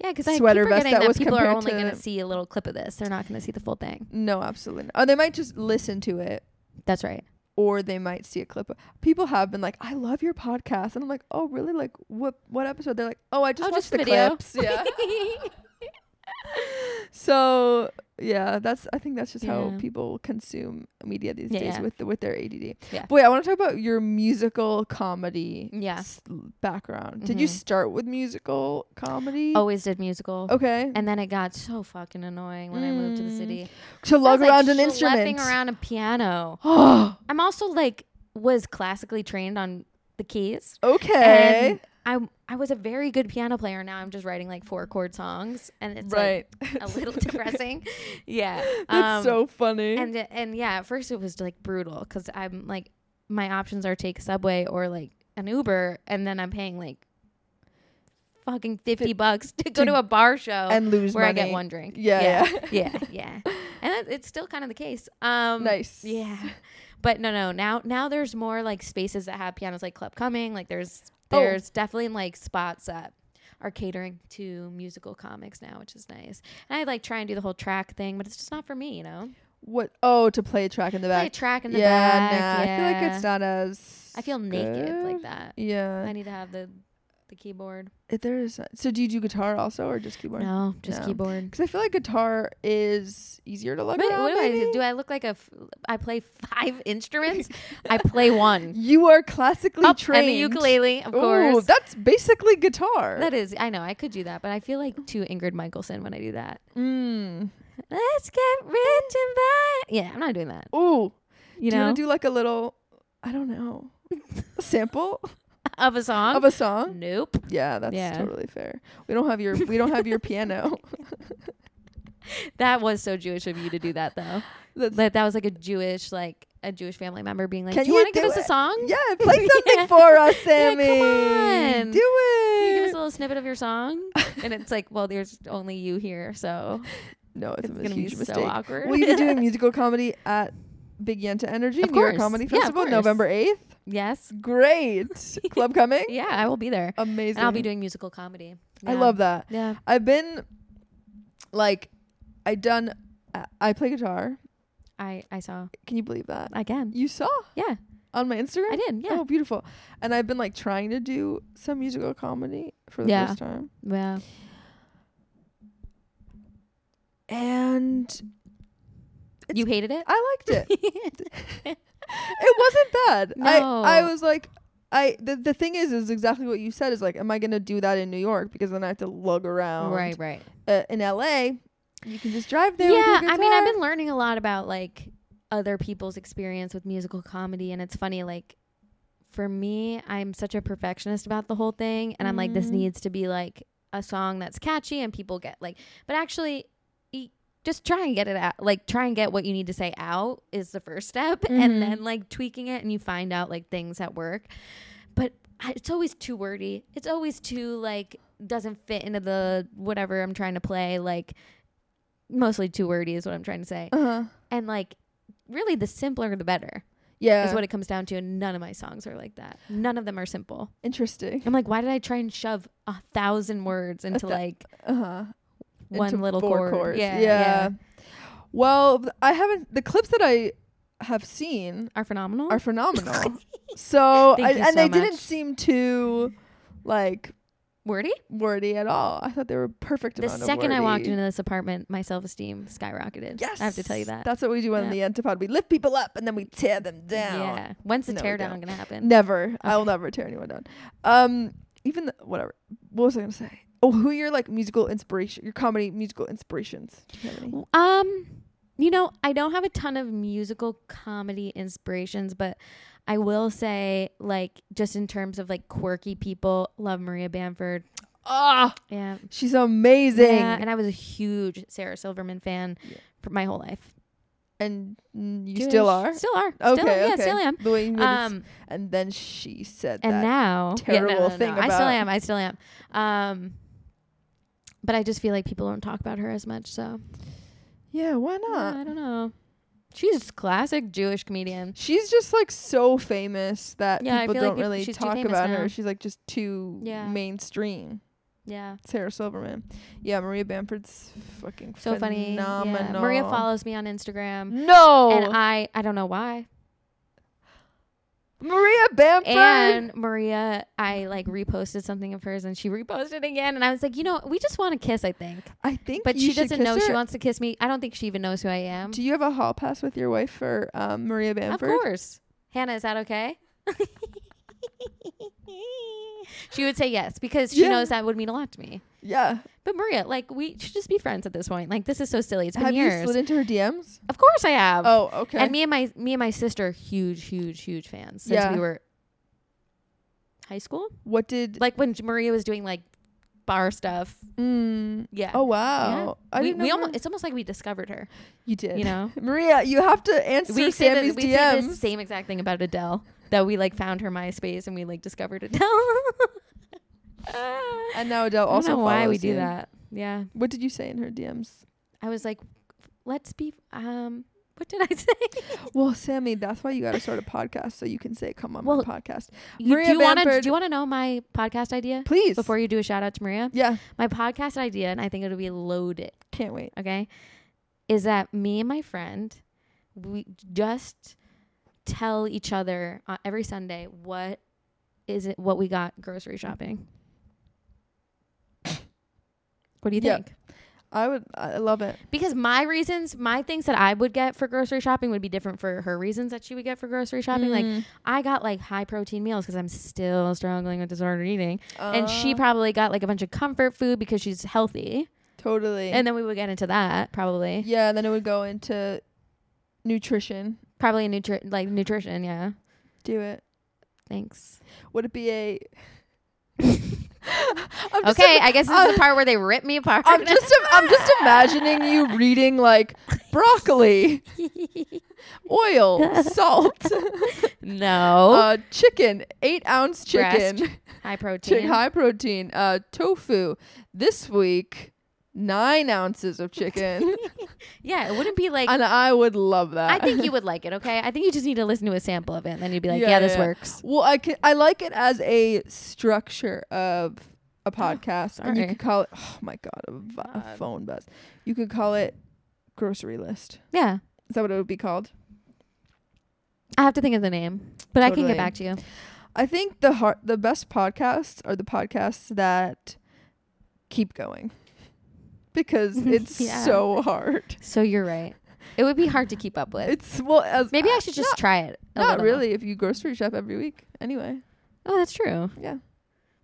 [SPEAKER 1] Yeah, because I keep
[SPEAKER 2] Sweater vest
[SPEAKER 1] forgetting
[SPEAKER 2] that
[SPEAKER 1] that,
[SPEAKER 2] was
[SPEAKER 1] people are
[SPEAKER 2] compared
[SPEAKER 1] only
[SPEAKER 2] to-
[SPEAKER 1] going to see a little clip of this. They're not going to see the full thing.
[SPEAKER 2] No, absolutely. Not. Or they might just listen to it,
[SPEAKER 1] That's right.
[SPEAKER 2] or they might see a clip. of- People have been like, "I love your podcast," and I'm like, "Oh, really? Like, what? What episode?" They're like, "Oh, I just
[SPEAKER 1] Oh,
[SPEAKER 2] watched
[SPEAKER 1] just
[SPEAKER 2] the
[SPEAKER 1] the video."
[SPEAKER 2] clips." Yeah. so yeah, that's. I think that's just how
[SPEAKER 1] Yeah.
[SPEAKER 2] people consume media these
[SPEAKER 1] Yeah,
[SPEAKER 2] days
[SPEAKER 1] yeah.
[SPEAKER 2] with with their ADD.
[SPEAKER 1] Yeah. Mm,
[SPEAKER 2] But wait, I want to talk about your musical comedy.
[SPEAKER 1] Yeah.
[SPEAKER 2] s- background. Did you
[SPEAKER 1] Mhm.
[SPEAKER 2] start with musical comedy?
[SPEAKER 1] Always did musical.
[SPEAKER 2] Okay.
[SPEAKER 1] Oh, And then it got so fucking annoying when I moved to the
[SPEAKER 2] Mm.
[SPEAKER 1] city.
[SPEAKER 2] to lug
[SPEAKER 1] I was, like,
[SPEAKER 2] around an
[SPEAKER 1] schlepping
[SPEAKER 2] instrument.
[SPEAKER 1] around a piano.
[SPEAKER 2] Oh,
[SPEAKER 1] I'm also like was classically trained on the keys.
[SPEAKER 2] Eh. okay.
[SPEAKER 1] And I I was a very good piano player. Now I'm just writing like four chord songs, and it's
[SPEAKER 2] right.
[SPEAKER 1] like a little depressing. Yeah,
[SPEAKER 2] That's
[SPEAKER 1] Um,
[SPEAKER 2] so funny.
[SPEAKER 1] And and yeah, at first it was like brutal because I'm like my options are take subway or like an Uber, and then I'm paying like fucking fifty bucks to go
[SPEAKER 2] to-
[SPEAKER 1] to a bar show
[SPEAKER 2] and lose
[SPEAKER 1] where
[SPEAKER 2] money.
[SPEAKER 1] I get one drink.
[SPEAKER 2] Yeah,
[SPEAKER 1] yeah, yeah. yeah. And that, it's still kind of the case. Um,
[SPEAKER 2] nice.
[SPEAKER 1] yeah. But no, no. Now, now there's more like spaces that have pianos, like Club Coming. Like there's
[SPEAKER 2] Oh.
[SPEAKER 1] there's definitely like spots that are catering to musical comics now, which is nice. And I like try and do the whole track thing, but it's just not for me, you know.
[SPEAKER 2] What? Oh, to play a track in the
[SPEAKER 1] Play a
[SPEAKER 2] back.
[SPEAKER 1] track in the
[SPEAKER 2] yeah,
[SPEAKER 1] back.
[SPEAKER 2] nah. I feel like it's
[SPEAKER 1] yeah.
[SPEAKER 2] not as.
[SPEAKER 1] I feel naked like
[SPEAKER 2] good.
[SPEAKER 1] that. I
[SPEAKER 2] Yeah.
[SPEAKER 1] need to have the the keyboard.
[SPEAKER 2] If there is. So do you do guitar also, or just keyboard?
[SPEAKER 1] No, just
[SPEAKER 2] No.
[SPEAKER 1] keyboard.
[SPEAKER 2] Because I feel like guitar is easier to lug
[SPEAKER 1] Wait,
[SPEAKER 2] around.
[SPEAKER 1] what do I do?
[SPEAKER 2] maybe?
[SPEAKER 1] Do I look like a? F- I play five instruments. I play one.
[SPEAKER 2] You are classically
[SPEAKER 1] Up
[SPEAKER 2] trained.
[SPEAKER 1] and the ukulele, of
[SPEAKER 2] Ooh,
[SPEAKER 1] course.
[SPEAKER 2] that's basically guitar.
[SPEAKER 1] That is, I know, I could do that, but I feel like too Ingrid Michaelson when I do that.
[SPEAKER 2] Mm.
[SPEAKER 1] Let's get rich and bad. Yeah, I'm not doing that.
[SPEAKER 2] Ooh.
[SPEAKER 1] You
[SPEAKER 2] do you
[SPEAKER 1] know,
[SPEAKER 2] want to do like a little? I don't know. sample
[SPEAKER 1] of a song.
[SPEAKER 2] of a song.
[SPEAKER 1] nope.
[SPEAKER 2] Yeah, that's
[SPEAKER 1] Yeah.
[SPEAKER 2] totally fair. We don't have your. We don't have your piano.
[SPEAKER 1] that was so Jewish of you to do that though.
[SPEAKER 2] That's-
[SPEAKER 1] That that was like a Jewish like a Jewish family member being like,
[SPEAKER 2] Can
[SPEAKER 1] "Do you
[SPEAKER 2] you
[SPEAKER 1] want to give
[SPEAKER 2] do
[SPEAKER 1] us a
[SPEAKER 2] it?
[SPEAKER 1] song?
[SPEAKER 2] yeah, play something
[SPEAKER 1] Yeah.
[SPEAKER 2] for us,
[SPEAKER 1] Yeah, come
[SPEAKER 2] Sammy.
[SPEAKER 1] on.
[SPEAKER 2] Do
[SPEAKER 1] Can you give
[SPEAKER 2] it.
[SPEAKER 1] us a little snippet of your song?" and it's like, "Well, there's only you here, so
[SPEAKER 2] no, it's,
[SPEAKER 1] it's
[SPEAKER 2] a
[SPEAKER 1] gonna
[SPEAKER 2] huge
[SPEAKER 1] be
[SPEAKER 2] mistake.
[SPEAKER 1] so awkward."
[SPEAKER 2] Will you be doing musical comedy at Big Yenta Energy
[SPEAKER 1] Of
[SPEAKER 2] New York
[SPEAKER 1] course.
[SPEAKER 2] Comedy
[SPEAKER 1] Yeah, of
[SPEAKER 2] Festival,
[SPEAKER 1] course.
[SPEAKER 2] November eighth?
[SPEAKER 1] yes.
[SPEAKER 2] Great. Club coming?
[SPEAKER 1] Yeah, I will be there,
[SPEAKER 2] Amazing.
[SPEAKER 1] and I'll be doing musical comedy.
[SPEAKER 2] I
[SPEAKER 1] Yeah.
[SPEAKER 2] love that.
[SPEAKER 1] Yeah.
[SPEAKER 2] I've been like I done I- I play guitar.
[SPEAKER 1] I I saw
[SPEAKER 2] Can you believe that?
[SPEAKER 1] again.
[SPEAKER 2] You saw
[SPEAKER 1] Yeah,
[SPEAKER 2] on my Instagram?
[SPEAKER 1] I did. Yeah.
[SPEAKER 2] Oh, beautiful. And I've been like trying to do some musical comedy for the
[SPEAKER 1] Yeah.
[SPEAKER 2] first time.
[SPEAKER 1] Yeah.
[SPEAKER 2] And It's-
[SPEAKER 1] you hated it?
[SPEAKER 2] I liked it. it wasn't bad. I I
[SPEAKER 1] No.
[SPEAKER 2] was like I the, the thing is is exactly what you said is like am I going to do that in New York because then I have to lug around
[SPEAKER 1] right, right.
[SPEAKER 2] uh, in LA. You can just drive there with
[SPEAKER 1] yeah,
[SPEAKER 2] your
[SPEAKER 1] I mean, I've
[SPEAKER 2] guitar.
[SPEAKER 1] been learning a lot about like other people's experience with musical comedy, and it's funny. Like for me, I'm such a perfectionist about the whole thing, and I'm like, this
[SPEAKER 2] Mhm.
[SPEAKER 1] needs to be like a song that's catchy and people get like. But actually, y- just try and get it out. Like try and get what you need to say out is the first step,
[SPEAKER 2] Mhm.
[SPEAKER 1] and then like tweaking it, and you find out like things that work. But I- it's always too wordy. It's always too like doesn't fit into the whatever I'm trying to play. Like mostly too wordy is what I'm trying to say.
[SPEAKER 2] uh-huh.
[SPEAKER 1] And like really the simpler the better
[SPEAKER 2] Yeah.
[SPEAKER 1] is what it comes down to. And none of my songs are like that. None of them are simple.
[SPEAKER 2] Interesting.
[SPEAKER 1] I'm like, why did I try and shove a thousand words into
[SPEAKER 2] thou-
[SPEAKER 1] like
[SPEAKER 2] Uh-huh.
[SPEAKER 1] one
[SPEAKER 2] into
[SPEAKER 1] little
[SPEAKER 2] four
[SPEAKER 1] chord?
[SPEAKER 2] chords. Well, th- I haven't. The clips that I have seen
[SPEAKER 1] Are phenomenal.
[SPEAKER 2] are phenomenal. so
[SPEAKER 1] Thank
[SPEAKER 2] I,
[SPEAKER 1] you
[SPEAKER 2] and
[SPEAKER 1] so
[SPEAKER 2] they didn't
[SPEAKER 1] much.
[SPEAKER 2] seem too like
[SPEAKER 1] wordy.
[SPEAKER 2] wordy at all. I thought they were perfect.
[SPEAKER 1] The
[SPEAKER 2] amount of
[SPEAKER 1] second I walked
[SPEAKER 2] wordy.
[SPEAKER 1] into this apartment, my self esteem skyrocketed.
[SPEAKER 2] yes,
[SPEAKER 1] I have to tell you that.
[SPEAKER 2] That's what we do on the Antipod. We lift people up and then we tear them down.
[SPEAKER 1] Yeah. When's the
[SPEAKER 2] No, we
[SPEAKER 1] teardown
[SPEAKER 2] don't.
[SPEAKER 1] gonna happen?
[SPEAKER 2] Never. I will never tear anyone down. Um, even the, whatever. What was I gonna say? Oh, who are your like musical inspiration? Your comedy musical inspirations? Do you have any?
[SPEAKER 1] Um, you know, I don't have a ton of musical comedy inspirations, but I will say, like, just in terms of like quirky people, love Maria Bamford.
[SPEAKER 2] Ah,
[SPEAKER 1] Yeah.
[SPEAKER 2] she's amazing.
[SPEAKER 1] Yeah, and I was a huge Sarah Silverman fan
[SPEAKER 2] Yeah.
[SPEAKER 1] for my whole life.
[SPEAKER 2] and mm, you
[SPEAKER 1] Jewish.
[SPEAKER 2] still are.
[SPEAKER 1] Still are.
[SPEAKER 2] okay,
[SPEAKER 1] Still, yeah,
[SPEAKER 2] okay.
[SPEAKER 1] still am.
[SPEAKER 2] The way you made it s-
[SPEAKER 1] Um,
[SPEAKER 2] and then she said
[SPEAKER 1] and
[SPEAKER 2] that.
[SPEAKER 1] now
[SPEAKER 2] terrible thing
[SPEAKER 1] I still
[SPEAKER 2] about-
[SPEAKER 1] am. I still am. Um, but I just feel like people don't talk about her as much. So
[SPEAKER 2] yeah, why not?
[SPEAKER 1] yeah, I don't know. She's classic Jewish comedian.
[SPEAKER 2] She's just like so famous that
[SPEAKER 1] Yeah, I
[SPEAKER 2] people
[SPEAKER 1] feel like
[SPEAKER 2] don't
[SPEAKER 1] peop-
[SPEAKER 2] really
[SPEAKER 1] she's too
[SPEAKER 2] talk
[SPEAKER 1] famous
[SPEAKER 2] about
[SPEAKER 1] now.
[SPEAKER 2] her. She's like just too
[SPEAKER 1] Yeah.
[SPEAKER 2] mainstream.
[SPEAKER 1] Yeah.
[SPEAKER 2] Sarah Silverman. Yeah, Maria Bamford's fucking
[SPEAKER 1] so funny. Yeah.
[SPEAKER 2] phenomenal.
[SPEAKER 1] Maria follows me on Instagram,
[SPEAKER 2] No,
[SPEAKER 1] and I I don't know why.
[SPEAKER 2] Maria Bamford.
[SPEAKER 1] And Maria, I like reposted something of hers, and she reposted again, and I was like, you know, we just want to kiss, I think,
[SPEAKER 2] I think,
[SPEAKER 1] but
[SPEAKER 2] you
[SPEAKER 1] she
[SPEAKER 2] should
[SPEAKER 1] doesn't
[SPEAKER 2] kiss
[SPEAKER 1] know
[SPEAKER 2] her.
[SPEAKER 1] she wants to kiss me. I don't think she even knows who I am.
[SPEAKER 2] Do you have a hall pass with your wife for um, Maria
[SPEAKER 1] Of
[SPEAKER 2] Bamford?
[SPEAKER 1] course, Hannah, is that okay? she would say yes because she
[SPEAKER 2] Yeah.
[SPEAKER 1] knows that would mean a lot to me.
[SPEAKER 2] Yeah.
[SPEAKER 1] But Maria, like, we should just be friends at this point. Like, this is so silly. It's been
[SPEAKER 2] Have you
[SPEAKER 1] years.
[SPEAKER 2] slid into her DMs?
[SPEAKER 1] of course, I have.
[SPEAKER 2] Oh, okay.
[SPEAKER 1] And me and my me and my sister are huge, huge, huge fans since
[SPEAKER 2] Yeah.
[SPEAKER 1] we were high school.
[SPEAKER 2] what did?
[SPEAKER 1] Like when J- Maria was doing like bar stuff.
[SPEAKER 2] Mm,
[SPEAKER 1] Yeah.
[SPEAKER 2] Oh wow! I
[SPEAKER 1] we,
[SPEAKER 2] didn't know
[SPEAKER 1] we
[SPEAKER 2] Mar-
[SPEAKER 1] almost, it's almost like we discovered her.
[SPEAKER 2] you did.
[SPEAKER 1] You know,
[SPEAKER 2] Maria, you have to answer
[SPEAKER 1] we say,
[SPEAKER 2] Sammy's
[SPEAKER 1] the, we say the
[SPEAKER 2] DMs.
[SPEAKER 1] same exact thing about Adele that we like found her MySpace and we like discovered Adele. I
[SPEAKER 2] and now Adele
[SPEAKER 1] don't
[SPEAKER 2] also
[SPEAKER 1] know why we
[SPEAKER 2] follows
[SPEAKER 1] do
[SPEAKER 2] you.
[SPEAKER 1] that. Yeah,
[SPEAKER 2] What did you say in her DMs?
[SPEAKER 1] I was like, let's be. Um, what did I say?
[SPEAKER 2] Well, Sammy, that's why you got to start a podcast so you can say, "Come on
[SPEAKER 1] Well,
[SPEAKER 2] my podcast."
[SPEAKER 1] You,
[SPEAKER 2] Maria
[SPEAKER 1] do you want to?
[SPEAKER 2] Bamford-
[SPEAKER 1] Do you want to know my podcast idea
[SPEAKER 2] Please.
[SPEAKER 1] before you do a shout out to Maria?
[SPEAKER 2] yeah,
[SPEAKER 1] my podcast idea, and I think it'll be loaded,
[SPEAKER 2] can't wait.
[SPEAKER 1] okay, is that me and my friend, we just tell each other uh, every Sunday what is it what we got grocery shopping. What do you
[SPEAKER 2] Yeah.
[SPEAKER 1] think?
[SPEAKER 2] I would. I love it.
[SPEAKER 1] Because my reasons, my things that I would get for grocery shopping would be different for her reasons that she would get for grocery shopping.
[SPEAKER 2] Mm.
[SPEAKER 1] Like I got like high protein meals because I'm still struggling with disordered eating, and she
[SPEAKER 2] Uh,
[SPEAKER 1] probably got like a bunch of comfort food because she's healthy.
[SPEAKER 2] totally.
[SPEAKER 1] And then we would get into that probably.
[SPEAKER 2] yeah, then it would go into nutrition.
[SPEAKER 1] Probably a nutri- like nutrition, yeah.
[SPEAKER 2] Do it.
[SPEAKER 1] Thanks.
[SPEAKER 2] Would it be a I'm just
[SPEAKER 1] okay,
[SPEAKER 2] im-
[SPEAKER 1] I guess this is the part where they rip me apart.
[SPEAKER 2] I'm just im- I'm just imagining you reading like broccoli, oil, salt,
[SPEAKER 1] no
[SPEAKER 2] uh, chicken, eight ounce
[SPEAKER 1] Oh. Breast.
[SPEAKER 2] Uh, chicken,
[SPEAKER 1] high protein.
[SPEAKER 2] chick- high protein, uh, tofu. This week, nine ounces of chicken,
[SPEAKER 1] yeah, it wouldn't be like.
[SPEAKER 2] and I would love that.
[SPEAKER 1] I think you would like it. Okay, I think you just need to listen to a sample of it, and then you'd be like,
[SPEAKER 2] Yeah,
[SPEAKER 1] "Yeah, this
[SPEAKER 2] yeah.
[SPEAKER 1] works."
[SPEAKER 2] Well, I can, I like it as a structure of a podcast, and you
[SPEAKER 1] sorry.
[SPEAKER 2] could call it. Oh my god, a, v- a
[SPEAKER 1] God.
[SPEAKER 2] phone buzz. You could call it grocery list.
[SPEAKER 1] Yeah,
[SPEAKER 2] Is that what it would be called?
[SPEAKER 1] I have to think of the name, but I can
[SPEAKER 2] Totally.
[SPEAKER 1] get back to you.
[SPEAKER 2] I think the har the best podcasts are the podcasts that keep going because it's
[SPEAKER 1] Yeah.
[SPEAKER 2] so hard.
[SPEAKER 1] So you're right. It would be hard to keep up with.
[SPEAKER 2] It's well as uh,
[SPEAKER 1] Maybe I should just
[SPEAKER 2] not,
[SPEAKER 1] try it. a
[SPEAKER 2] not
[SPEAKER 1] little.
[SPEAKER 2] really if you grocery shop every week anyway.
[SPEAKER 1] Oh, that's true.
[SPEAKER 2] Yeah.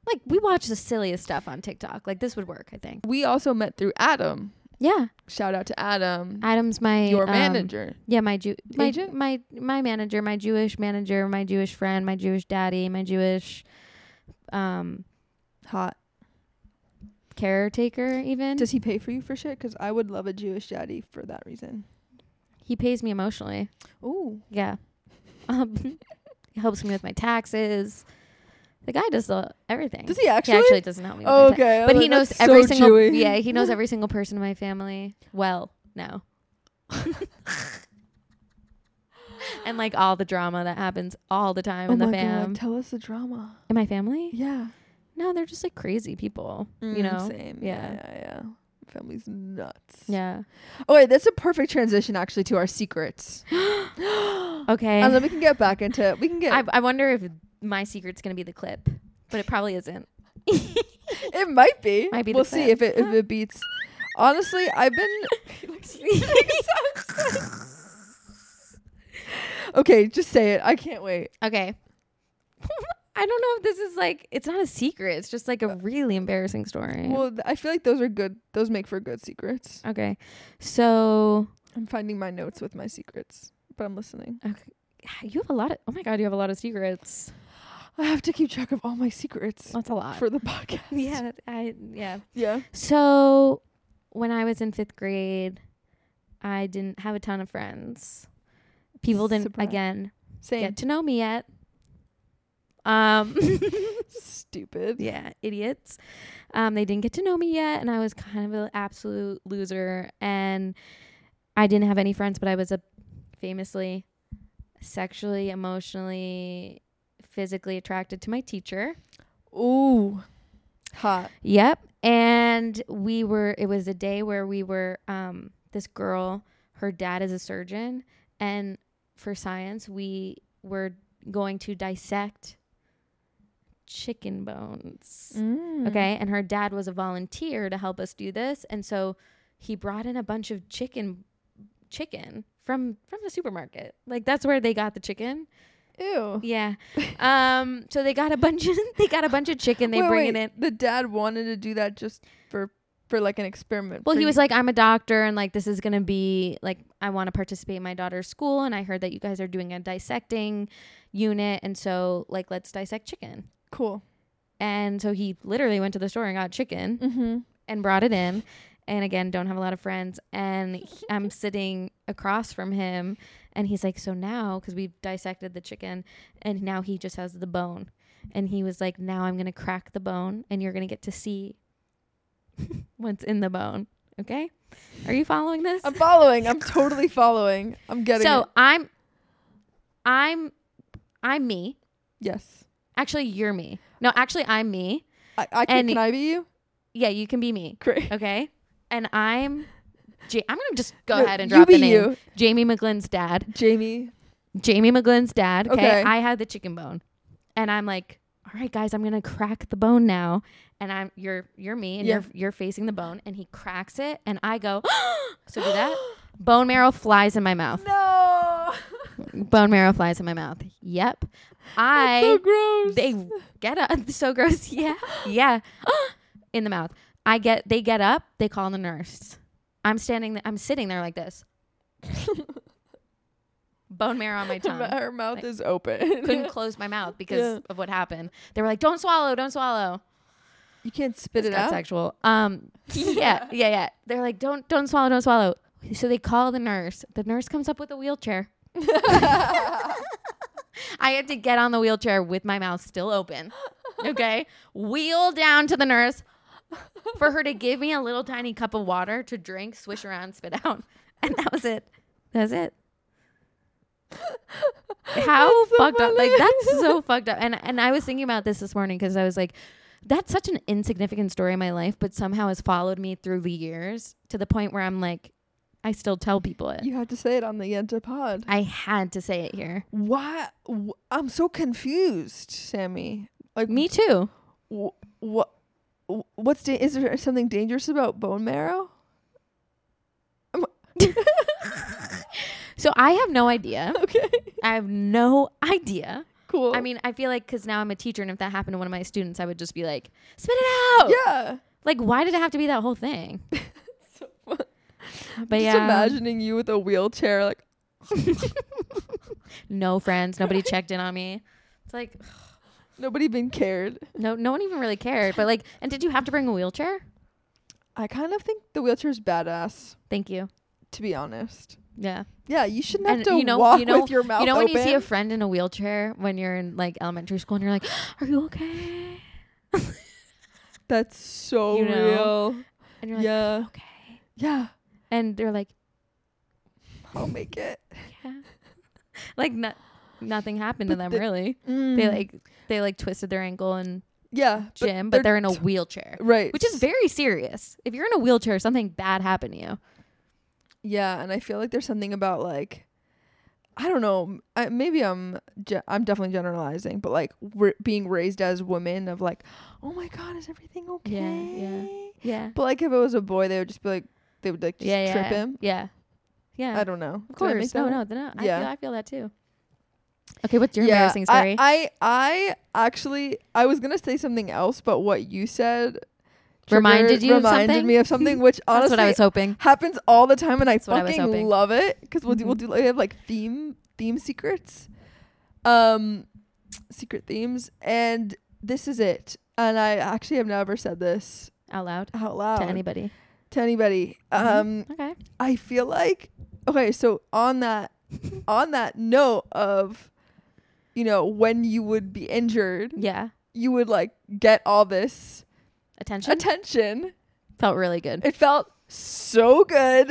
[SPEAKER 1] Like we watch the silliest stuff on TikTok. Like this would work, I think.
[SPEAKER 2] We also met through Adam.
[SPEAKER 1] Yeah,
[SPEAKER 2] Shout out to Adam,
[SPEAKER 1] Adam's my
[SPEAKER 2] your
[SPEAKER 1] um,
[SPEAKER 2] manager.
[SPEAKER 1] Yeah, my Jew, my,
[SPEAKER 2] Agent?
[SPEAKER 1] my my manager, my Jewish manager, my Jewish friend, my Jewish daddy, my Jewish um
[SPEAKER 2] Hot.
[SPEAKER 1] caretaker. Even
[SPEAKER 2] Does he pay for you for shit? Because I would love a Jewish daddy for that reason.
[SPEAKER 1] he pays me emotionally.
[SPEAKER 2] Ooh,
[SPEAKER 1] Yeah, um, he helps me with my taxes. The guy does the, everything.
[SPEAKER 2] does he actually?
[SPEAKER 1] He actually doesn't help me. With
[SPEAKER 2] oh,
[SPEAKER 1] my ta-
[SPEAKER 2] okay,
[SPEAKER 1] but
[SPEAKER 2] I'm
[SPEAKER 1] he
[SPEAKER 2] like,
[SPEAKER 1] knows
[SPEAKER 2] that's
[SPEAKER 1] every
[SPEAKER 2] so
[SPEAKER 1] single.
[SPEAKER 2] Jewy.
[SPEAKER 1] Yeah, he knows every single person in my family. Well, no. and like all the drama that happens all the time
[SPEAKER 2] Oh
[SPEAKER 1] in the
[SPEAKER 2] my
[SPEAKER 1] fam.
[SPEAKER 2] god, tell us the drama.
[SPEAKER 1] In my family?
[SPEAKER 2] Yeah.
[SPEAKER 1] No, they're just like crazy people.
[SPEAKER 2] Mm,
[SPEAKER 1] you know?
[SPEAKER 2] same yeah
[SPEAKER 1] Yeah.
[SPEAKER 2] yeah yeah family's nuts
[SPEAKER 1] Yeah.
[SPEAKER 2] oh wait that's a perfect transition actually to our secrets
[SPEAKER 1] Okay.
[SPEAKER 2] and
[SPEAKER 1] I,
[SPEAKER 2] then we can get back into it. we can get
[SPEAKER 1] I, wonder if my secret's gonna be the clip, but it probably isn't.
[SPEAKER 2] it might be
[SPEAKER 1] Might be the
[SPEAKER 2] we'll see
[SPEAKER 1] plan.
[SPEAKER 2] if it if it beats honestly i've been okay just say it i can't wait
[SPEAKER 1] okay. I don't know if this is like it's not a secret. It's just like a really embarrassing story.
[SPEAKER 2] well th- i feel like those are good those make for good secrets
[SPEAKER 1] okay. So
[SPEAKER 2] i'm finding my notes with my secrets but i'm listening
[SPEAKER 1] you have a lot of oh my god, you have a lot of secrets.
[SPEAKER 2] i have to keep track of all my secrets
[SPEAKER 1] That's a lot.
[SPEAKER 2] for the podcast
[SPEAKER 1] yeah, I yeah.
[SPEAKER 2] yeah
[SPEAKER 1] So when I was in fifth grade, I didn't have a ton of friends. People didn't
[SPEAKER 2] Surprise.
[SPEAKER 1] again
[SPEAKER 2] same
[SPEAKER 1] get to know me yet. Um
[SPEAKER 2] stupid
[SPEAKER 1] yeah, idiots. Um they didn't get to know me yet and I was kind of an absolute loser and I didn't have any friends, but I was a famously sexually, emotionally, physically attracted to my teacher.
[SPEAKER 2] Ooh. Hot.
[SPEAKER 1] Yep. And we were, it was a day where we were, um, this girl, her dad is a surgeon. And for science, we were going to dissect chicken bones.
[SPEAKER 2] Mm-hmm.
[SPEAKER 1] Okay. And her dad was a volunteer to help us do this. And so he brought in a bunch of chicken, chicken from from the supermarket like that's where they got the chicken
[SPEAKER 2] Oh. Ew.
[SPEAKER 1] yeah um so they got a bunch of they got a bunch of chicken they
[SPEAKER 2] Wait,
[SPEAKER 1] bring it
[SPEAKER 2] wait.
[SPEAKER 1] in
[SPEAKER 2] The dad wanted to do that just for for like an experiment.
[SPEAKER 1] Well,
[SPEAKER 2] for
[SPEAKER 1] he was
[SPEAKER 2] you.
[SPEAKER 1] like, I'm a doctor, and like, this is going to be like, I want to participate in my daughter's school. And I heard that you guys are doing a dissecting unit. And so, like, let's dissect chicken.
[SPEAKER 2] cool.
[SPEAKER 1] And so he literally went to the store and got chicken
[SPEAKER 2] Mm-hmm.
[SPEAKER 1] and brought it in. And again, don't have a lot of friends. And he- I'm sitting across from him. And he's like, So now, because we've dissected the chicken, and now he just has the bone. And he was like, Now I'm going to crack the bone, and you're going to get to see what's in the bone. Okay? Are you following this?
[SPEAKER 2] I'm following. I'm totally following. I'm getting
[SPEAKER 1] So
[SPEAKER 2] it.
[SPEAKER 1] I'm, I'm, I'm me.
[SPEAKER 2] Yes.
[SPEAKER 1] Actually, you're me. No, actually, I'm me.
[SPEAKER 2] I, I can,
[SPEAKER 1] And-
[SPEAKER 2] can I be you?
[SPEAKER 1] Yeah, you can be me.
[SPEAKER 2] Great.
[SPEAKER 1] Okay. And I'm, ja- I'm gonna just go
[SPEAKER 2] No,
[SPEAKER 1] ahead and
[SPEAKER 2] you
[SPEAKER 1] drop
[SPEAKER 2] be
[SPEAKER 1] the name.
[SPEAKER 2] you.
[SPEAKER 1] Jamie McGlynn's dad.
[SPEAKER 2] Jamie.
[SPEAKER 1] Jamie McGlynn's dad. Okay?
[SPEAKER 2] Okay.
[SPEAKER 1] I had the chicken bone, and I'm like, all right, guys, I'm gonna crack the bone now. And I'm you're you're me, and
[SPEAKER 2] Yeah.
[SPEAKER 1] you're you're facing the bone, and he cracks it, and I go. so do that. Bone marrow flies in my mouth.
[SPEAKER 2] No.
[SPEAKER 1] Bone marrow flies in my mouth. Yep. I
[SPEAKER 2] so gross.
[SPEAKER 1] they get up it's so gross yeah yeah in the mouth i get they get up they call the nurse i'm standing th- i'm sitting there like this bone marrow on my tongue.
[SPEAKER 2] Her mouth
[SPEAKER 1] Like,
[SPEAKER 2] is open.
[SPEAKER 1] Couldn't close my mouth because
[SPEAKER 2] Yeah.
[SPEAKER 1] of what happened. They were like, "Don't swallow, don't swallow."
[SPEAKER 2] you can't spit it
[SPEAKER 1] That's
[SPEAKER 2] out.
[SPEAKER 1] sexual. Um, yeah, yeah, yeah. They're like, "Don't, don't swallow, don't swallow." So they call the nurse. The nurse comes up with a wheelchair. I had to get on the wheelchair with my mouth still open. Okay, wheel down to the nurse for her to give me a little tiny cup of water to drink, swish around, spit out, and that was it. That's it. How
[SPEAKER 2] That's so
[SPEAKER 1] fucked up! Like
[SPEAKER 2] funny.
[SPEAKER 1] that's so fucked up. And and I was thinking about this this morning because I was like, that's such an insignificant story in my life, but somehow has followed me through the years to the point where I'm like, I still tell people it.
[SPEAKER 2] You had to say it on the Yenta pod.
[SPEAKER 1] I had to say it here.
[SPEAKER 2] Why? wh- I'm so confused, Sammy. Like
[SPEAKER 1] Me too.
[SPEAKER 2] What? What's da- is there something dangerous about bone marrow?
[SPEAKER 1] So I have no idea.
[SPEAKER 2] Okay,
[SPEAKER 1] I have no idea.
[SPEAKER 2] cool.
[SPEAKER 1] I mean, I feel like because now I'm a teacher, and if that happened to one of my students, I would just be like, spit it out.
[SPEAKER 2] Oh, yeah.
[SPEAKER 1] Like, why did it have to be that whole thing?
[SPEAKER 2] So fun.
[SPEAKER 1] But
[SPEAKER 2] Just
[SPEAKER 1] yeah,
[SPEAKER 2] imagining you with a wheelchair, like
[SPEAKER 1] no friends. Nobody checked in on me. It's like
[SPEAKER 2] nobody even cared.
[SPEAKER 1] no, no one even really cared. But like, and did you have to bring a wheelchair?
[SPEAKER 2] I kind of think the wheelchair's badass,
[SPEAKER 1] Thank you.
[SPEAKER 2] to be honest.
[SPEAKER 1] Yeah.
[SPEAKER 2] Yeah, you shouldn't have
[SPEAKER 1] And
[SPEAKER 2] to
[SPEAKER 1] you know-
[SPEAKER 2] walk
[SPEAKER 1] you know-
[SPEAKER 2] with your mouth
[SPEAKER 1] you know when
[SPEAKER 2] open.
[SPEAKER 1] you see a friend in a wheelchair when you're in like elementary school, and you're like, "Are you okay?"
[SPEAKER 2] That's so
[SPEAKER 1] you know,
[SPEAKER 2] real.
[SPEAKER 1] And you're like,
[SPEAKER 2] yeah,
[SPEAKER 1] "Okay,"
[SPEAKER 2] yeah.
[SPEAKER 1] and they're like,
[SPEAKER 2] I'll make it.
[SPEAKER 1] "Yeah," like no, nothing happened to
[SPEAKER 2] But
[SPEAKER 1] them
[SPEAKER 2] the-
[SPEAKER 1] really. They
[SPEAKER 2] Mm.
[SPEAKER 1] like they like twisted their ankle and
[SPEAKER 2] yeah, but
[SPEAKER 1] gym, but, they're in a
[SPEAKER 2] t-
[SPEAKER 1] wheelchair,
[SPEAKER 2] right,
[SPEAKER 1] which is very serious. If you're in a wheelchair, something bad happened to you.
[SPEAKER 2] Yeah, and I feel like there's something about like I don't know, m- I, maybe I'm ge- I'm definitely generalizing, but like we're being raised as women of like, "Oh my god, is everything okay?"
[SPEAKER 1] yeah. Yeah.
[SPEAKER 2] But like if it was a boy, they would just be like they would like just
[SPEAKER 1] yeah. Yeah.
[SPEAKER 2] trip him.
[SPEAKER 1] Yeah. Yeah.
[SPEAKER 2] I don't know.
[SPEAKER 1] of
[SPEAKER 2] Did I make
[SPEAKER 1] course.
[SPEAKER 2] that
[SPEAKER 1] No,
[SPEAKER 2] up?
[SPEAKER 1] no, no. I,
[SPEAKER 2] Yeah.
[SPEAKER 1] feel, I feel that too. Okay. What's your embarrassing
[SPEAKER 2] I-
[SPEAKER 1] story?
[SPEAKER 2] I, I actually I was gonna say something else, but what you said
[SPEAKER 1] Reminded
[SPEAKER 2] triggered-
[SPEAKER 1] you of
[SPEAKER 2] reminded
[SPEAKER 1] something?
[SPEAKER 2] me of something, which
[SPEAKER 1] That's
[SPEAKER 2] honestly
[SPEAKER 1] what I was hoping.
[SPEAKER 2] happens all the time, and I
[SPEAKER 1] That's what I was
[SPEAKER 2] fucking
[SPEAKER 1] hoping. Mm-hmm.
[SPEAKER 2] love it because we'll do we'll do like, we have like theme theme secrets, um, secret themes, and this is it. And I actually have never said this
[SPEAKER 1] Out loud
[SPEAKER 2] out loud
[SPEAKER 1] to anybody.
[SPEAKER 2] to anybody.
[SPEAKER 1] Mhm.
[SPEAKER 2] Um,
[SPEAKER 1] Okay.
[SPEAKER 2] I feel like okay, so on that on that note of you know when you would be injured,
[SPEAKER 1] Yeah.
[SPEAKER 2] you would like get all this
[SPEAKER 1] Attention
[SPEAKER 2] attention.
[SPEAKER 1] felt really good.
[SPEAKER 2] It felt so good.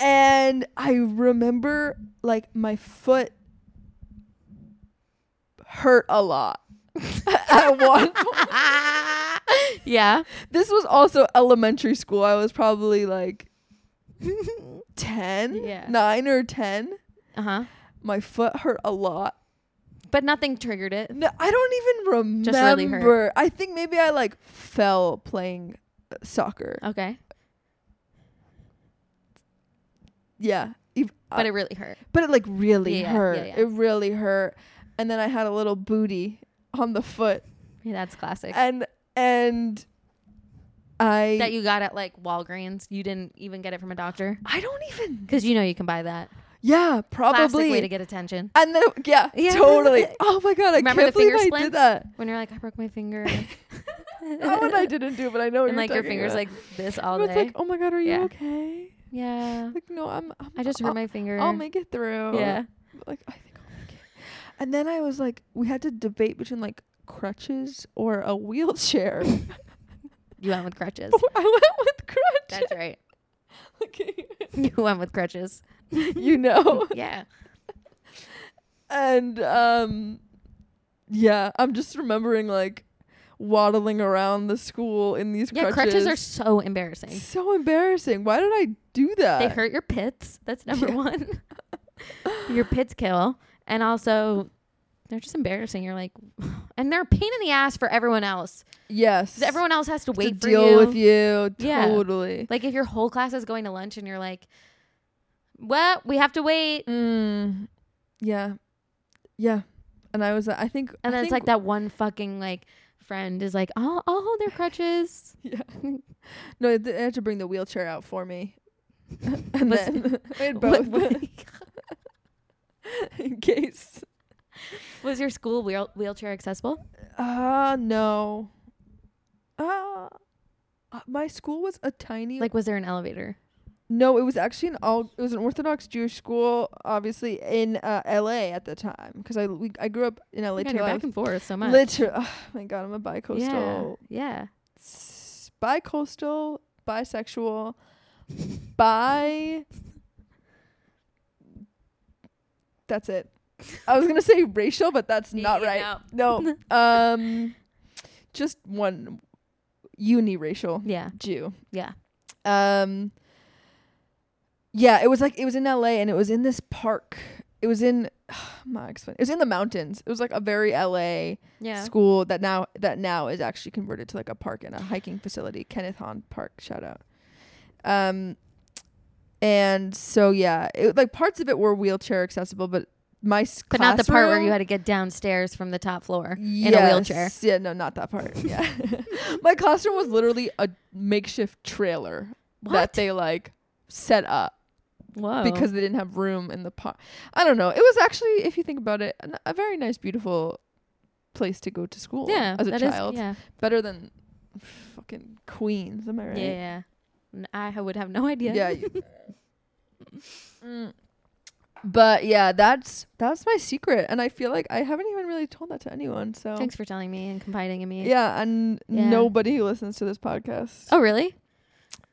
[SPEAKER 2] And I remember like my foot hurt a lot. At one point. Oh.
[SPEAKER 1] yeah.
[SPEAKER 2] This was also elementary school. I was probably like 10,
[SPEAKER 1] Yeah.
[SPEAKER 2] 9 or 10.
[SPEAKER 1] Uh huh.
[SPEAKER 2] My foot hurt a lot.
[SPEAKER 1] But nothing triggered it.
[SPEAKER 2] No, I don't even remember.
[SPEAKER 1] Just really hurt.
[SPEAKER 2] I think maybe I like fell playing uh, soccer.
[SPEAKER 1] Okay.
[SPEAKER 2] Yeah. Ev- uh,
[SPEAKER 1] But it really hurt.
[SPEAKER 2] but it like really
[SPEAKER 1] Yeah, yeah,
[SPEAKER 2] hurt.
[SPEAKER 1] yeah.
[SPEAKER 2] It really hurt. And then I had a little booty on the foot,
[SPEAKER 1] Yeah, that's classic.
[SPEAKER 2] and and I
[SPEAKER 1] that you got at like Walgreens. You didn't even get it from a doctor
[SPEAKER 2] I don't even
[SPEAKER 1] because you know you can buy that.
[SPEAKER 2] yeah
[SPEAKER 1] Classic
[SPEAKER 2] probably
[SPEAKER 1] way to get attention.
[SPEAKER 2] and then yeah,
[SPEAKER 1] Yeah.
[SPEAKER 2] totally oh my god I
[SPEAKER 1] Remember
[SPEAKER 2] can't
[SPEAKER 1] the finger
[SPEAKER 2] believe I
[SPEAKER 1] splints?
[SPEAKER 2] did that
[SPEAKER 1] When you're like, I broke my finger,
[SPEAKER 2] that one I didn't do but I know what
[SPEAKER 1] and
[SPEAKER 2] you're
[SPEAKER 1] like your
[SPEAKER 2] talking
[SPEAKER 1] fingers
[SPEAKER 2] about.
[SPEAKER 1] like this all
[SPEAKER 2] But it's
[SPEAKER 1] day.
[SPEAKER 2] like oh my god are you
[SPEAKER 1] Yeah.
[SPEAKER 2] okay
[SPEAKER 1] yeah,
[SPEAKER 2] like no I'm, I'm
[SPEAKER 1] I just hurt
[SPEAKER 2] I'll,
[SPEAKER 1] Oh my finger.
[SPEAKER 2] I'll make it through
[SPEAKER 1] yeah,
[SPEAKER 2] like I think I'll make it. And then I was like, we had to debate between like crutches or a wheelchair.
[SPEAKER 1] you went with crutches.
[SPEAKER 2] I went with crutches.
[SPEAKER 1] That's right.
[SPEAKER 2] Okay.
[SPEAKER 1] You went with crutches.
[SPEAKER 2] you know.
[SPEAKER 1] Yeah,
[SPEAKER 2] And um, yeah, I'm just remembering like waddling around the school in these
[SPEAKER 1] yeah.
[SPEAKER 2] crutches.
[SPEAKER 1] Crutches are so embarrassing.
[SPEAKER 2] so embarrassing. Why did I do that?
[SPEAKER 1] They hurt your pits. That's number
[SPEAKER 2] Yeah.
[SPEAKER 1] one. your pits kill, and also they're just embarrassing. You're like, and they're a pain in the ass for everyone else.
[SPEAKER 2] Yes.
[SPEAKER 1] 'Cause everyone else has to
[SPEAKER 2] to
[SPEAKER 1] wait for
[SPEAKER 2] deal
[SPEAKER 1] you.
[SPEAKER 2] with you.
[SPEAKER 1] Yeah.
[SPEAKER 2] Totally.
[SPEAKER 1] Like if your whole class is going to lunch and you're like, well, we have to wait.
[SPEAKER 2] Mm. Yeah. Yeah. And I was. I think.
[SPEAKER 1] And
[SPEAKER 2] I
[SPEAKER 1] then it's
[SPEAKER 2] think-
[SPEAKER 1] like that one fucking like friend is like, I'll, I'll hold their crutches.
[SPEAKER 2] Yeah. No, they they had to bring the wheelchair out for me. and
[SPEAKER 1] Was-
[SPEAKER 2] then we had
[SPEAKER 1] What-
[SPEAKER 2] both.
[SPEAKER 1] what-
[SPEAKER 2] in case.
[SPEAKER 1] Was your school wheel- wheelchair accessible?
[SPEAKER 2] Ah, no. Ah. Uh, my school was a tiny
[SPEAKER 1] Like, was there an elevator?
[SPEAKER 2] No, it was actually an all. It was an Orthodox Jewish school, obviously in uh, L.A. at the time, because I we, I grew up in L.A.
[SPEAKER 1] Like,
[SPEAKER 2] too.
[SPEAKER 1] Oh you're
[SPEAKER 2] I
[SPEAKER 1] back
[SPEAKER 2] was
[SPEAKER 1] and forth so much.
[SPEAKER 2] Literally, oh my god, I'm a bicoastal,
[SPEAKER 1] Yeah.
[SPEAKER 2] s- bicoastal, bisexual, bi. That's it. I was gonna say racial, but that's not right. No, um, just one uniracial
[SPEAKER 1] Yeah.
[SPEAKER 2] Jew.
[SPEAKER 1] Yeah.
[SPEAKER 2] Um Yeah, it was like it was in LA and it was in this park. It was in my explain. It was in the mountains. It was like a very LA
[SPEAKER 1] Yeah.
[SPEAKER 2] school that now that now is actually converted to like a park and a hiking facility. Kenneth Hahn Park, shout out. Um and so yeah, it like parts of it were wheelchair accessible, but my s-
[SPEAKER 1] But not the part where
[SPEAKER 2] classroom-
[SPEAKER 1] you had to get downstairs from the top floor in a wheelchair.
[SPEAKER 2] Yes. Yeah, no, not that part. Yeah. My classroom was literally a makeshift trailer
[SPEAKER 1] What? Oh.
[SPEAKER 2] that they like set up
[SPEAKER 1] Whoa.
[SPEAKER 2] because they didn't have room in the park. I don't know. It was actually, if you think about it, an, a very nice, beautiful place to go to school
[SPEAKER 1] yeah,
[SPEAKER 2] as a
[SPEAKER 1] that is-
[SPEAKER 2] child.
[SPEAKER 1] yeah.
[SPEAKER 2] Better than fucking Queens, am I right?
[SPEAKER 1] Yeah, yeah. N- I ha- would have no idea.
[SPEAKER 2] Yeah. you- Mm. But yeah, that's that's my secret, and I feel like I haven't even really told that to anyone. So
[SPEAKER 1] Thanks for telling me and confiding in me.
[SPEAKER 2] Yeah, and
[SPEAKER 1] Yeah.
[SPEAKER 2] nobody who listens to this podcast
[SPEAKER 1] Oh, really?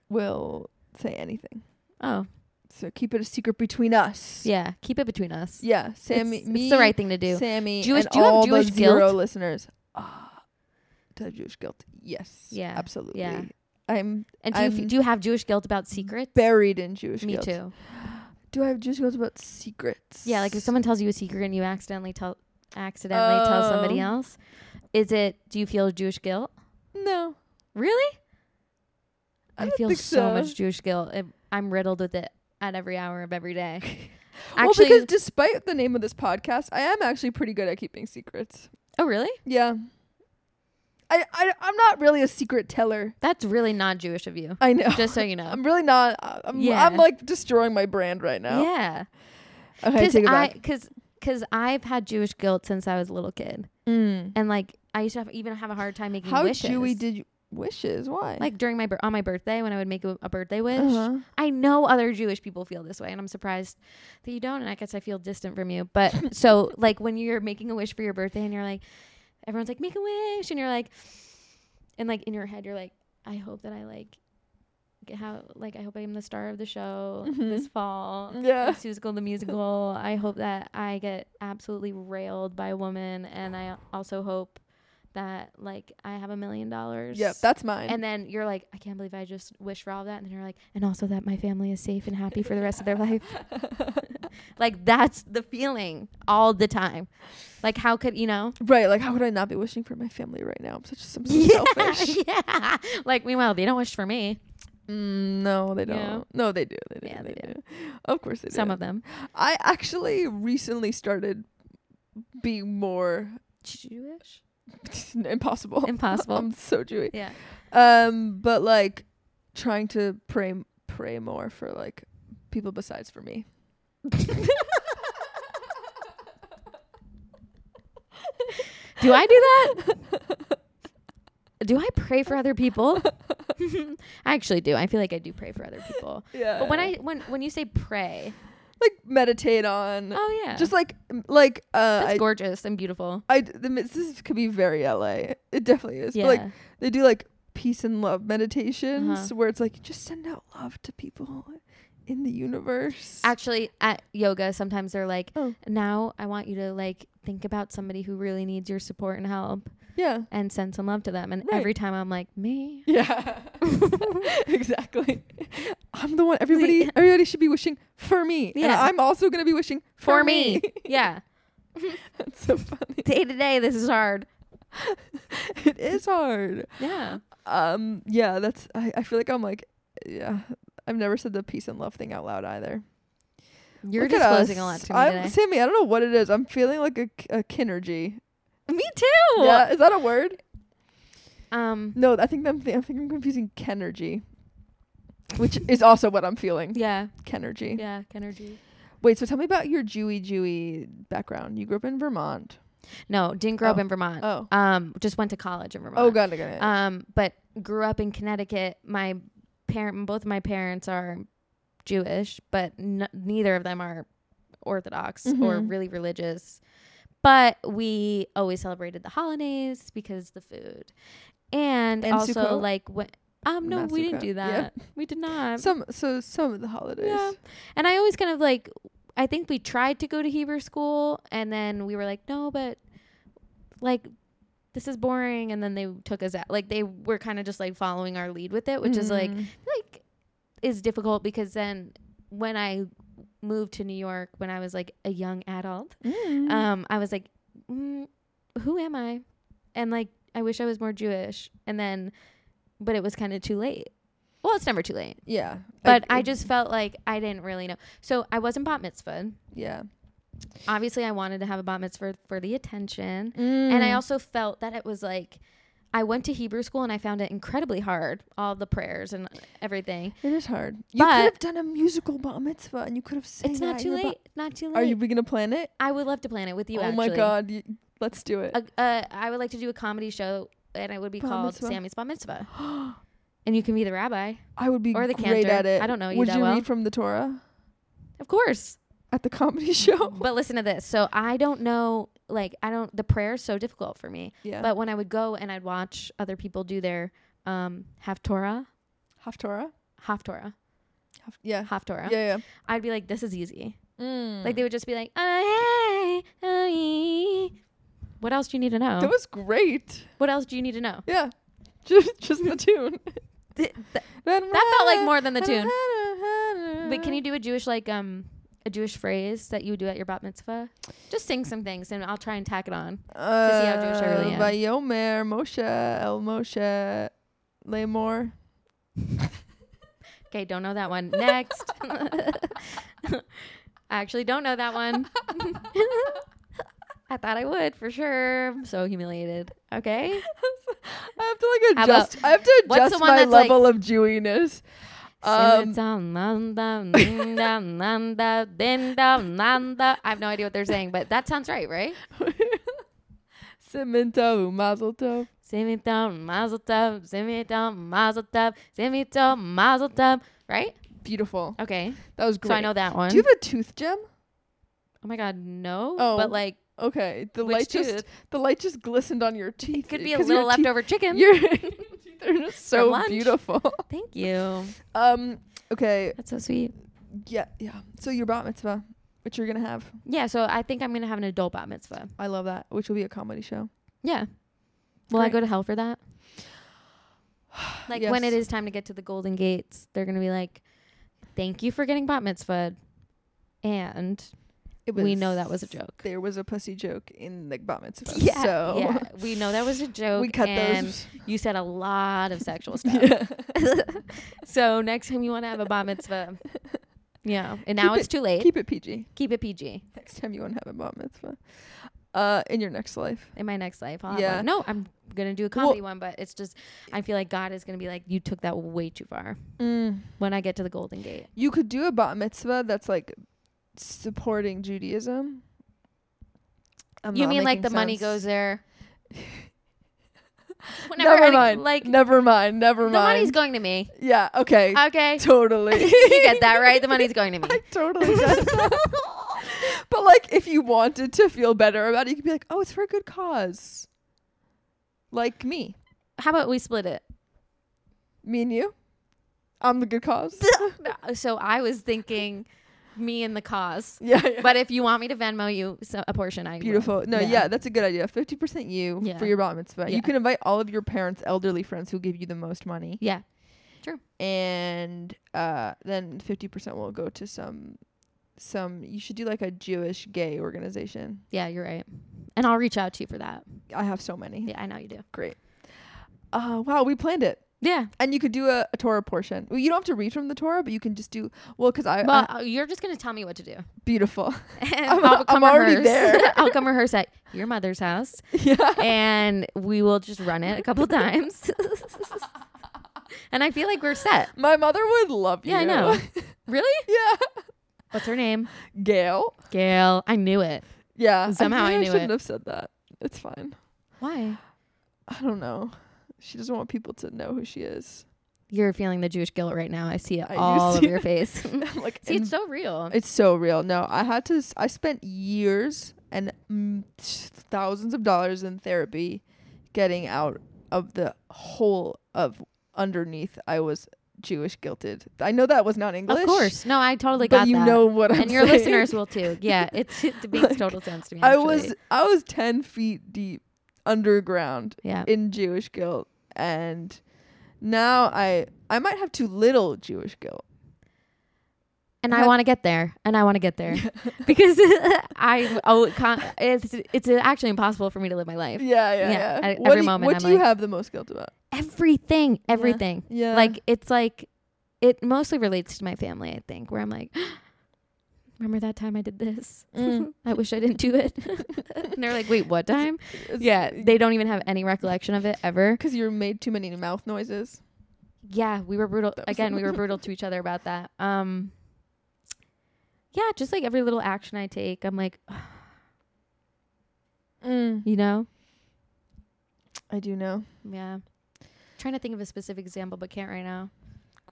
[SPEAKER 2] will say anything.
[SPEAKER 1] Oh,
[SPEAKER 2] So keep it a secret between us.
[SPEAKER 1] yeah. Keep it between us.
[SPEAKER 2] yeah. Sammy,
[SPEAKER 1] it's,
[SPEAKER 2] me,
[SPEAKER 1] it's the right thing to do.
[SPEAKER 2] Sammy,
[SPEAKER 1] Jewish-
[SPEAKER 2] and
[SPEAKER 1] do you have
[SPEAKER 2] all
[SPEAKER 1] Jewish
[SPEAKER 2] the zero
[SPEAKER 1] guilt?
[SPEAKER 2] listeners. Ah, do I have Jewish guilt? Yes.
[SPEAKER 1] Yeah,
[SPEAKER 2] Absolutely.
[SPEAKER 1] yeah.
[SPEAKER 2] I'm
[SPEAKER 1] and do you, f-
[SPEAKER 2] I'm-
[SPEAKER 1] do you have Jewish guilt about secrets?
[SPEAKER 2] buried in Jewish
[SPEAKER 1] me
[SPEAKER 2] guilt.
[SPEAKER 1] too.
[SPEAKER 2] Do I have Jewish guilt about secrets?
[SPEAKER 1] Yeah, like if someone tells you a secret and you accidentally tell accidentally tell somebody
[SPEAKER 2] Oh.
[SPEAKER 1] else, is it? Do you feel Jewish guilt?
[SPEAKER 2] No.
[SPEAKER 1] Really?
[SPEAKER 2] I
[SPEAKER 1] I,
[SPEAKER 2] don't
[SPEAKER 1] feel so,
[SPEAKER 2] think
[SPEAKER 1] much
[SPEAKER 2] so.
[SPEAKER 1] Jewish guilt. It, I'm riddled with it at every hour of every day.
[SPEAKER 2] well,
[SPEAKER 1] Actually,
[SPEAKER 2] because despite the name of this podcast, I am actually pretty good at keeping secrets.
[SPEAKER 1] oh really?
[SPEAKER 2] Yeah. I, I I'm not really a secret teller.
[SPEAKER 1] That's really not Jewish of you.
[SPEAKER 2] I know.
[SPEAKER 1] Just so you know.
[SPEAKER 2] I'm really not. I- I'm,
[SPEAKER 1] Yeah.
[SPEAKER 2] I'm like destroying my brand right now.
[SPEAKER 1] Yeah.
[SPEAKER 2] Okay,
[SPEAKER 1] Because
[SPEAKER 2] take it
[SPEAKER 1] I
[SPEAKER 2] back.
[SPEAKER 1] because because I've had Jewish guilt since I was a little kid,
[SPEAKER 2] Mm.
[SPEAKER 1] and like I used to have, even have a hard time making
[SPEAKER 2] How
[SPEAKER 1] wishes.
[SPEAKER 2] Jewy did you wishes? Why?
[SPEAKER 1] like during my bir- on my birthday when I would make a, a birthday wish.
[SPEAKER 2] Uh-huh.
[SPEAKER 1] I know other Jewish people feel this way, and I'm surprised that you don't. And I guess I feel distant from you. But so, like, when you're making a wish for your birthday, and you're like, everyone's like, make a wish, and you're like, and like in your head, you're like, I hope that I like get how like I hope I'm the star of the show
[SPEAKER 2] Mhm.
[SPEAKER 1] this fall.
[SPEAKER 2] Yeah.
[SPEAKER 1] Susical the musical. I hope that I get absolutely railed by a woman, and I also hope that like I have a million dollars.
[SPEAKER 2] Yep, that's mine.
[SPEAKER 1] And then you're like, I can't believe I just wished for all of that. And then you're like, and also that my family is safe and happy for the rest of their life. like that's the feeling all the time. Like how could you know?
[SPEAKER 2] right, like how would I not be wishing for my family right now? I'm such a I'm so selfish.
[SPEAKER 1] yeah. Like meanwhile, they don't wish for me.
[SPEAKER 2] Mm, no, they don't.
[SPEAKER 1] Yeah.
[SPEAKER 2] No, they do. They do.
[SPEAKER 1] Yeah,
[SPEAKER 2] they,
[SPEAKER 1] they
[SPEAKER 2] do. Of course they do.
[SPEAKER 1] Some of them.
[SPEAKER 2] I actually recently started being more
[SPEAKER 1] Jewish.
[SPEAKER 2] impossible.
[SPEAKER 1] Impossible.
[SPEAKER 2] Oh, I'm so Jewy.
[SPEAKER 1] Yeah.
[SPEAKER 2] Um, but like trying to pray pray more for like people besides for me.
[SPEAKER 1] Do I do that? do I pray for other people? I actually do. I feel like I do pray for other people.
[SPEAKER 2] Yeah.
[SPEAKER 1] But when I when when you say pray,
[SPEAKER 2] like meditate on
[SPEAKER 1] oh yeah,
[SPEAKER 2] just like m- like uh
[SPEAKER 1] that's
[SPEAKER 2] I,
[SPEAKER 1] gorgeous and beautiful.
[SPEAKER 2] I the, mi- this could be very LA. It definitely is.
[SPEAKER 1] Yeah.
[SPEAKER 2] But like they do like peace and love meditations
[SPEAKER 1] Uh-huh.
[SPEAKER 2] where it's like just send out love to people in the universe.
[SPEAKER 1] Actually, at yoga, sometimes they're like,
[SPEAKER 2] Oh.
[SPEAKER 1] now I want you to like think about somebody who really needs your support and help
[SPEAKER 2] yeah.
[SPEAKER 1] and send some love to them. And
[SPEAKER 2] Right.
[SPEAKER 1] every time I'm like, me.
[SPEAKER 2] Yeah. exactly. I'm the one everybody everybody should be wishing for me. And
[SPEAKER 1] Yeah.
[SPEAKER 2] I'm also going to be wishing for,
[SPEAKER 1] For me. yeah.
[SPEAKER 2] That's so funny.
[SPEAKER 1] Day to day, this is hard.
[SPEAKER 2] It is hard.
[SPEAKER 1] Yeah.
[SPEAKER 2] Um yeah, that's I, I feel like I'm like yeah. I've never said the peace and love thing out loud either.
[SPEAKER 1] You're
[SPEAKER 2] Look at
[SPEAKER 1] disclosing a lot
[SPEAKER 2] us.
[SPEAKER 1] to me
[SPEAKER 2] I'm,
[SPEAKER 1] today.
[SPEAKER 2] Sammy, I don't know what it is. I'm feeling like a, k- a kinergy.
[SPEAKER 1] me too.
[SPEAKER 2] Yeah, is that a word?
[SPEAKER 1] Um.
[SPEAKER 2] No, I think I'm th- I think I'm confusing kenergy, which is also what I'm feeling.
[SPEAKER 1] Yeah.
[SPEAKER 2] Kenergy.
[SPEAKER 1] Yeah. Energy.
[SPEAKER 2] Wait, so tell me about your Jewy Jewy background. You grew up in Vermont.
[SPEAKER 1] No, didn't grow up
[SPEAKER 2] Oh.
[SPEAKER 1] in Vermont.
[SPEAKER 2] Oh.
[SPEAKER 1] Um, just went to college in Vermont.
[SPEAKER 2] Oh, got it, got it.
[SPEAKER 1] Um, but grew up in Connecticut. My parent, both of my parents are Jewish, but n- neither of them are Orthodox or
[SPEAKER 2] Mhm.
[SPEAKER 1] really religious. But we always celebrated the holidays because the food, and,
[SPEAKER 2] And
[SPEAKER 1] also
[SPEAKER 2] Sukkot?
[SPEAKER 1] like when um no
[SPEAKER 2] Not
[SPEAKER 1] we didn't
[SPEAKER 2] Sukkot.
[SPEAKER 1] do
[SPEAKER 2] Yeah.
[SPEAKER 1] that we did not
[SPEAKER 2] some so some of the holidays.
[SPEAKER 1] yeah. And I always kind of like, I think we tried to go to Hebrew school and then we were like, no, but like, this is boring. And then they took us out. Like, they were kind of just like following our lead with it, which is like,
[SPEAKER 2] Mm.
[SPEAKER 1] like, is difficult because then when I moved to New York when I was like a young adult,
[SPEAKER 2] Mm.
[SPEAKER 1] um, I was like, mm, who am I? And like, I wish I was more Jewish. And then, but it was kind of too late. Well, it's never too late
[SPEAKER 2] yeah.
[SPEAKER 1] but
[SPEAKER 2] I
[SPEAKER 1] I just felt like I didn't really know. So I wasn't bat mitzvahed.
[SPEAKER 2] yeah.
[SPEAKER 1] Obviously, I wanted to have a bat mitzvah for the attention, and
[SPEAKER 2] Mm.
[SPEAKER 1] I also felt that it was like I went to Hebrew school and I found it incredibly hard, all the prayers and everything.
[SPEAKER 2] it is hard. You
[SPEAKER 1] But-
[SPEAKER 2] could have done a musical bat mitzvah and you could have sang
[SPEAKER 1] it's
[SPEAKER 2] it
[SPEAKER 1] not
[SPEAKER 2] at
[SPEAKER 1] too
[SPEAKER 2] your
[SPEAKER 1] late.
[SPEAKER 2] bat-
[SPEAKER 1] not too late.
[SPEAKER 2] Are you we gonna plan it?
[SPEAKER 1] I would love to plan it with you.
[SPEAKER 2] oh
[SPEAKER 1] actually.
[SPEAKER 2] my god, you, let's do it.
[SPEAKER 1] A, uh, I would like to do a comedy show, and it would be
[SPEAKER 2] Bat
[SPEAKER 1] called
[SPEAKER 2] mitzvah.
[SPEAKER 1] Sammy's bat mitzvah, and you can be the rabbi,
[SPEAKER 2] I would be
[SPEAKER 1] or the
[SPEAKER 2] great
[SPEAKER 1] cantor.
[SPEAKER 2] at it.
[SPEAKER 1] I don't know you
[SPEAKER 2] Would
[SPEAKER 1] that
[SPEAKER 2] you
[SPEAKER 1] well.
[SPEAKER 2] read from the Torah
[SPEAKER 1] of course.
[SPEAKER 2] at the comedy show?
[SPEAKER 1] But listen to this. So I don't know, like I don't. The prayer is so difficult for me.
[SPEAKER 2] Yeah.
[SPEAKER 1] But when I would go and I'd watch other people do their um half Torah,
[SPEAKER 2] half Torah.
[SPEAKER 1] half Torah,
[SPEAKER 2] Half, yeah.
[SPEAKER 1] half Torah,
[SPEAKER 2] Yeah.
[SPEAKER 1] I'd be like, this is easy.
[SPEAKER 2] Yeah. Mm.
[SPEAKER 1] Like they would just be like, oh, hey, oh, ee." what else do you need to know?
[SPEAKER 2] that was great.
[SPEAKER 1] what else do you need to know?
[SPEAKER 2] Yeah. Just just the tune.
[SPEAKER 1] Th- th- that felt like more than the tune.
[SPEAKER 2] tune.
[SPEAKER 1] But can you do a Jewish like um a Jewish phrase that you would do at your bat mitzvah? Just sing some things and I'll try and tack it on.
[SPEAKER 2] Uh,
[SPEAKER 1] see how Jewish I really am.
[SPEAKER 2] Vayomer Moshe El Moshe Lamor.
[SPEAKER 1] Okay, don't know that one. Next. I actually don't know that one. I thought I would for sure. I'm so humiliated. Okay.
[SPEAKER 2] I have to like
[SPEAKER 1] How about-
[SPEAKER 2] adjust. I have to
[SPEAKER 1] what's the
[SPEAKER 2] adjust
[SPEAKER 1] one
[SPEAKER 2] my
[SPEAKER 1] that's, like-
[SPEAKER 2] level of Jewiness. Um,
[SPEAKER 1] I have no idea what they're saying, but that sounds right, right?
[SPEAKER 2] Simento Mazel Tov.
[SPEAKER 1] Simitom, mazel tov, simitom, mazel tov, simitom, mazel tov. Right?
[SPEAKER 2] Beautiful.
[SPEAKER 1] Okay.
[SPEAKER 2] That was great.
[SPEAKER 1] So I know that one.
[SPEAKER 2] Do you have a tooth gem?
[SPEAKER 1] oh my God, no.
[SPEAKER 2] Oh.
[SPEAKER 1] But like,
[SPEAKER 2] Okay. The
[SPEAKER 1] Which
[SPEAKER 2] light
[SPEAKER 1] tooth?
[SPEAKER 2] just the light just glistened on your teeth.
[SPEAKER 1] it could be a
[SPEAKER 2] 'cause your
[SPEAKER 1] little
[SPEAKER 2] teeth-
[SPEAKER 1] leftover chicken.
[SPEAKER 2] Your teeth are just so
[SPEAKER 1] lunch.
[SPEAKER 2] beautiful.
[SPEAKER 1] Thank you.
[SPEAKER 2] Um. Okay.
[SPEAKER 1] That's so sweet.
[SPEAKER 2] Yeah. Yeah. So your bat mitzvah, which you're gonna have.
[SPEAKER 1] Yeah, so I think I'm gonna have an adult bat mitzvah.
[SPEAKER 2] I love that. Which will be a comedy show.
[SPEAKER 1] Yeah. Will I
[SPEAKER 2] Great.
[SPEAKER 1] go to hell for that? Like when
[SPEAKER 2] Yes.
[SPEAKER 1] it is time to get to the Golden Gates, they're gonna be like, "Thank you for getting bat mitzvahed," and
[SPEAKER 2] It
[SPEAKER 1] we know that was a joke.
[SPEAKER 2] There was a pussy joke in the bat mitzvah.
[SPEAKER 1] Yeah,
[SPEAKER 2] So
[SPEAKER 1] yeah, we know that was a joke.
[SPEAKER 2] we cut
[SPEAKER 1] and
[SPEAKER 2] those.
[SPEAKER 1] You said a lot of sexual stuff.
[SPEAKER 2] Yeah.
[SPEAKER 1] So next time you want to have a bat mitzvah, yeah. And now
[SPEAKER 2] Keep
[SPEAKER 1] it's too late. Keep,
[SPEAKER 2] Keep it PG.
[SPEAKER 1] it PG.
[SPEAKER 2] Next time you want to have a bat mitzvah, uh, in your next life.
[SPEAKER 1] In my next life, I'll have
[SPEAKER 2] Yeah.
[SPEAKER 1] one. No, I'm gonna do a comedy one, but it's just I feel like God is gonna be like, "You took that way too far." When I get to the Golden Gate.
[SPEAKER 2] You could do a bat mitzvah that's like supporting Judaism. I'm
[SPEAKER 1] you
[SPEAKER 2] not
[SPEAKER 1] mean like
[SPEAKER 2] making
[SPEAKER 1] the money
[SPEAKER 2] sense.
[SPEAKER 1] goes there? Whenever
[SPEAKER 2] Never
[SPEAKER 1] any-
[SPEAKER 2] mind.
[SPEAKER 1] Like
[SPEAKER 2] never mind. Never
[SPEAKER 1] the
[SPEAKER 2] mind.
[SPEAKER 1] money's going to me.
[SPEAKER 2] yeah. Okay.
[SPEAKER 1] Okay,
[SPEAKER 2] totally.
[SPEAKER 1] you get that right. The money's going to me.
[SPEAKER 2] I totally get that. but like, if you wanted to feel better about it, you could be like, "Oh, it's for a good cause." Like me,
[SPEAKER 1] How about we split it?
[SPEAKER 2] me and you. I'm the good cause.
[SPEAKER 1] So I was thinking, me and the cause.
[SPEAKER 2] yeah. yeah.
[SPEAKER 1] But if you want me to Venmo you so- a portion, I will.
[SPEAKER 2] Beautiful. No,
[SPEAKER 1] Yeah.
[SPEAKER 2] yeah. that's a good idea. Fifty percent you
[SPEAKER 1] Yeah.
[SPEAKER 2] for your bat mitzvah.
[SPEAKER 1] Yeah.
[SPEAKER 2] You can invite all of your parents' elderly friends who give you the most money,
[SPEAKER 1] Yeah,
[SPEAKER 2] and uh, then fifty percent will go to some, some. You should do like a Jewish gay organization.
[SPEAKER 1] yeah, you're right. And I'll reach out to you for that.
[SPEAKER 2] I have so many.
[SPEAKER 1] Yeah, I know you do.
[SPEAKER 2] Great. Uh, wow, we planned it.
[SPEAKER 1] Yeah,
[SPEAKER 2] And you could do a, a Torah portion. Well, you don't have to read from the Torah, but you can just do well because I,
[SPEAKER 1] but
[SPEAKER 2] I
[SPEAKER 1] uh, you're just gonna tell me what to do.
[SPEAKER 2] beautiful.
[SPEAKER 1] And
[SPEAKER 2] I'm-
[SPEAKER 1] I'll come
[SPEAKER 2] I'm already
[SPEAKER 1] rehearse.
[SPEAKER 2] there.
[SPEAKER 1] I'll come rehearse at your mother's house.
[SPEAKER 2] yeah.
[SPEAKER 1] and we will just run it a couple times. and I feel like we're set.
[SPEAKER 2] My mother would love you.
[SPEAKER 1] Yeah, I know. Really?
[SPEAKER 2] yeah.
[SPEAKER 1] What's her name?
[SPEAKER 2] Gail.
[SPEAKER 1] Gail. I knew it.
[SPEAKER 2] Yeah.
[SPEAKER 1] Somehow I
[SPEAKER 2] think
[SPEAKER 1] knew
[SPEAKER 2] shouldn't
[SPEAKER 1] it.
[SPEAKER 2] have said that. It's fine.
[SPEAKER 1] Why?
[SPEAKER 2] I don't know. She doesn't want people to know who she is.
[SPEAKER 1] You're feeling the Jewish guilt right now. I see it
[SPEAKER 2] I do
[SPEAKER 1] all
[SPEAKER 2] see
[SPEAKER 1] over your
[SPEAKER 2] it.
[SPEAKER 1] face.
[SPEAKER 2] I'm like,
[SPEAKER 1] see,
[SPEAKER 2] "Mm,
[SPEAKER 1] it's so real.
[SPEAKER 2] It's so real. No, I had to. s- I spent years and mm, thousands of dollars in therapy getting out of the hole of underneath. I was Jewish guilted. I know that was not English.
[SPEAKER 1] of course. No, I totally
[SPEAKER 2] but
[SPEAKER 1] got
[SPEAKER 2] you
[SPEAKER 1] that.
[SPEAKER 2] know what I'm
[SPEAKER 1] and your
[SPEAKER 2] saying.
[SPEAKER 1] listeners will too. Yeah, it, it makes
[SPEAKER 2] Like,
[SPEAKER 1] total sense to me.
[SPEAKER 2] I
[SPEAKER 1] actually.
[SPEAKER 2] was I was ten feet deep underground
[SPEAKER 1] Yeah.
[SPEAKER 2] in Jewish guilt, and now I I might have too little Jewish guilt.
[SPEAKER 1] and
[SPEAKER 2] had-
[SPEAKER 1] I want to get there, and I want to get there because I oh con- it's it's actually impossible for me to live my life.
[SPEAKER 2] Yeah, yeah,
[SPEAKER 1] Yeah,
[SPEAKER 2] yeah.
[SPEAKER 1] at
[SPEAKER 2] what
[SPEAKER 1] every
[SPEAKER 2] do you,
[SPEAKER 1] moment
[SPEAKER 2] what
[SPEAKER 1] I'm
[SPEAKER 2] do you
[SPEAKER 1] like-
[SPEAKER 2] have the most guilt about?
[SPEAKER 1] Everything, everything.
[SPEAKER 2] Yeah,
[SPEAKER 1] Like it's like it mostly relates to my family. I think where I'm like, remember that time I did this?
[SPEAKER 2] Mm.
[SPEAKER 1] I wish I didn't do it. and they're like, wait, what time?
[SPEAKER 2] It's-
[SPEAKER 1] Yeah, they don't even have any recollection of it ever.
[SPEAKER 2] Because you made too many mouth noises.
[SPEAKER 1] Yeah, we were brutal.
[SPEAKER 2] That was-
[SPEAKER 1] Again, we were brutal to each other about that. Um, yeah, just like every little action I take, I'm like, you know,
[SPEAKER 2] I do know.
[SPEAKER 1] yeah. Trying to think of a specific example, but can't right now.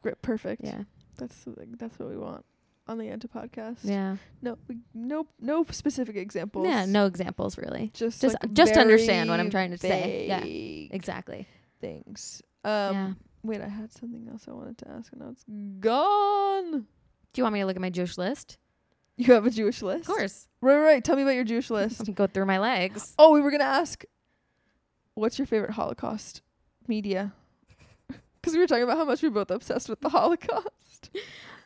[SPEAKER 2] Gri- Perfect.
[SPEAKER 1] Yeah,
[SPEAKER 2] That's the- that's what we want on the Anta podcast.
[SPEAKER 1] yeah,
[SPEAKER 2] No, we- no, no specific examples.
[SPEAKER 1] yeah. No examples really.
[SPEAKER 2] Just
[SPEAKER 1] just-
[SPEAKER 2] like
[SPEAKER 1] just understand what I'm
[SPEAKER 2] very
[SPEAKER 1] trying to say. Yeah.
[SPEAKER 2] vague
[SPEAKER 1] Exactly.
[SPEAKER 2] Things. Um,
[SPEAKER 1] yeah.
[SPEAKER 2] Wait, I had something else I wanted to ask, and now it's gone.
[SPEAKER 1] Do you want me to look at my Jewish list?
[SPEAKER 2] You have a Jewish list.
[SPEAKER 1] Of course.
[SPEAKER 2] Right, right, right. Tell me about your Jewish
[SPEAKER 1] Let
[SPEAKER 2] list.
[SPEAKER 1] me go through my legs.
[SPEAKER 2] oh, we were gonna ask. What's your favorite Holocaust media? Because we were talking about how much we are both obsessed with the Holocaust.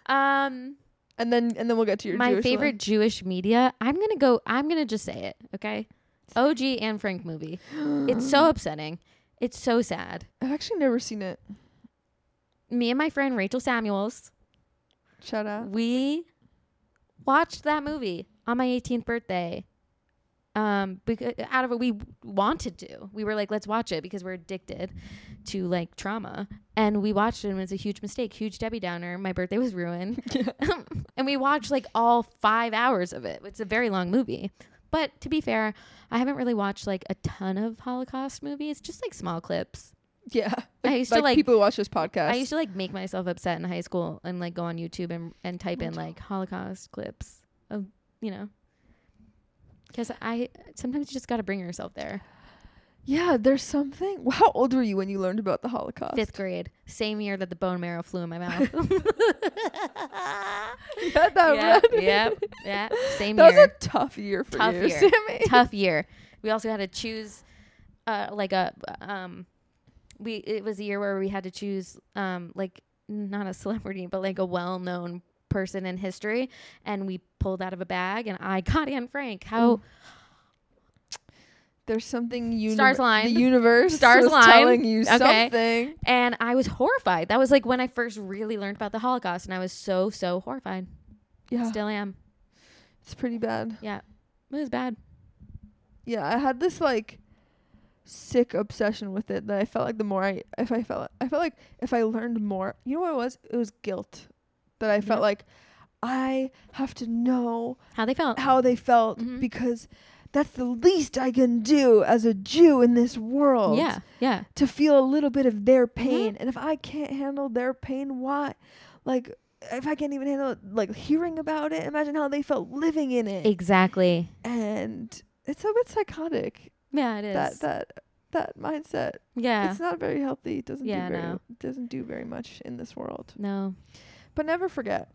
[SPEAKER 1] Um,
[SPEAKER 2] and then and then we'll get to your
[SPEAKER 1] my
[SPEAKER 2] Jewish
[SPEAKER 1] favorite Jewish media. I'm gonna go. I'm gonna just say it. Okay. OG and Frank movie.
[SPEAKER 2] One.
[SPEAKER 1] It's so upsetting. It's so sad.
[SPEAKER 2] I've actually never seen it.
[SPEAKER 1] me and my friend Rachel Samuels,
[SPEAKER 2] Shout out.
[SPEAKER 1] we watched that movie on my 18th birthday. Um, because out of it, we wanted to. We were like, let's watch it because we're addicted to like trauma, and we watched it, and it was a huge mistake, huge Debbie Downer. My birthday was ruined, and we watched like all five hours of it. It's a very long movie. But to be fair, I haven't really watched like a ton of Holocaust movies, just like small clips.
[SPEAKER 2] Yeah.
[SPEAKER 1] I used to, like-
[SPEAKER 2] people who watch this podcast.
[SPEAKER 1] I used to like make myself upset in high school and like go on YouTube and, and type in like Holocaust clips of you know, because I sometimes you just got to bring yourself there.
[SPEAKER 2] yeah, there's something. Well, How old were you when you learned about the Holocaust?
[SPEAKER 1] Fifth grade, same year that the bone marrow flew in my mouth.
[SPEAKER 2] You had that
[SPEAKER 1] yeah,
[SPEAKER 2] right.
[SPEAKER 1] yeah, yeah, same
[SPEAKER 2] That was
[SPEAKER 1] year.
[SPEAKER 2] a tough year for
[SPEAKER 1] Tough
[SPEAKER 2] you,
[SPEAKER 1] year.
[SPEAKER 2] Sammy.
[SPEAKER 1] tough year. We also had to choose, uh, like a um, we it was a year where we had to choose um, like not a celebrity but like a well-known person in history, and we pulled out of a bag, and I got Anne Frank. How
[SPEAKER 2] There's something uni-
[SPEAKER 1] Stars aligned.
[SPEAKER 2] The universe
[SPEAKER 1] Stars
[SPEAKER 2] was
[SPEAKER 1] aligned.
[SPEAKER 2] telling you
[SPEAKER 1] Okay.
[SPEAKER 2] something.
[SPEAKER 1] and I was horrified. That was like when I first really learned about the Holocaust, and I was so so horrified.
[SPEAKER 2] Yeah,
[SPEAKER 1] Still am.
[SPEAKER 2] it's pretty bad.
[SPEAKER 1] It was bad.
[SPEAKER 2] yeah i had this like sick obsession with it that i felt like the more i if i felt i felt like if i learned more you know what it was it was guilt that i felt
[SPEAKER 1] Yeah.
[SPEAKER 2] like i have to know
[SPEAKER 1] How they felt.
[SPEAKER 2] how they felt
[SPEAKER 1] Mhm.
[SPEAKER 2] because that's the least i can do as a jew in this world
[SPEAKER 1] Yeah, Mm-hmm. yeah.
[SPEAKER 2] to feel a little bit of their pain and if i can't handle their pain why like if i can't even handle it, like hearing about it imagine how they felt living in it
[SPEAKER 1] Exactly.
[SPEAKER 2] and it's a bit psychotic
[SPEAKER 1] Yeah, it is.
[SPEAKER 2] that that that mindset.
[SPEAKER 1] yeah.
[SPEAKER 2] It's not very healthy. It doesn't
[SPEAKER 1] Yeah,
[SPEAKER 2] do very
[SPEAKER 1] no.
[SPEAKER 2] it doesn't do very much in this world.
[SPEAKER 1] no,
[SPEAKER 2] But never forget.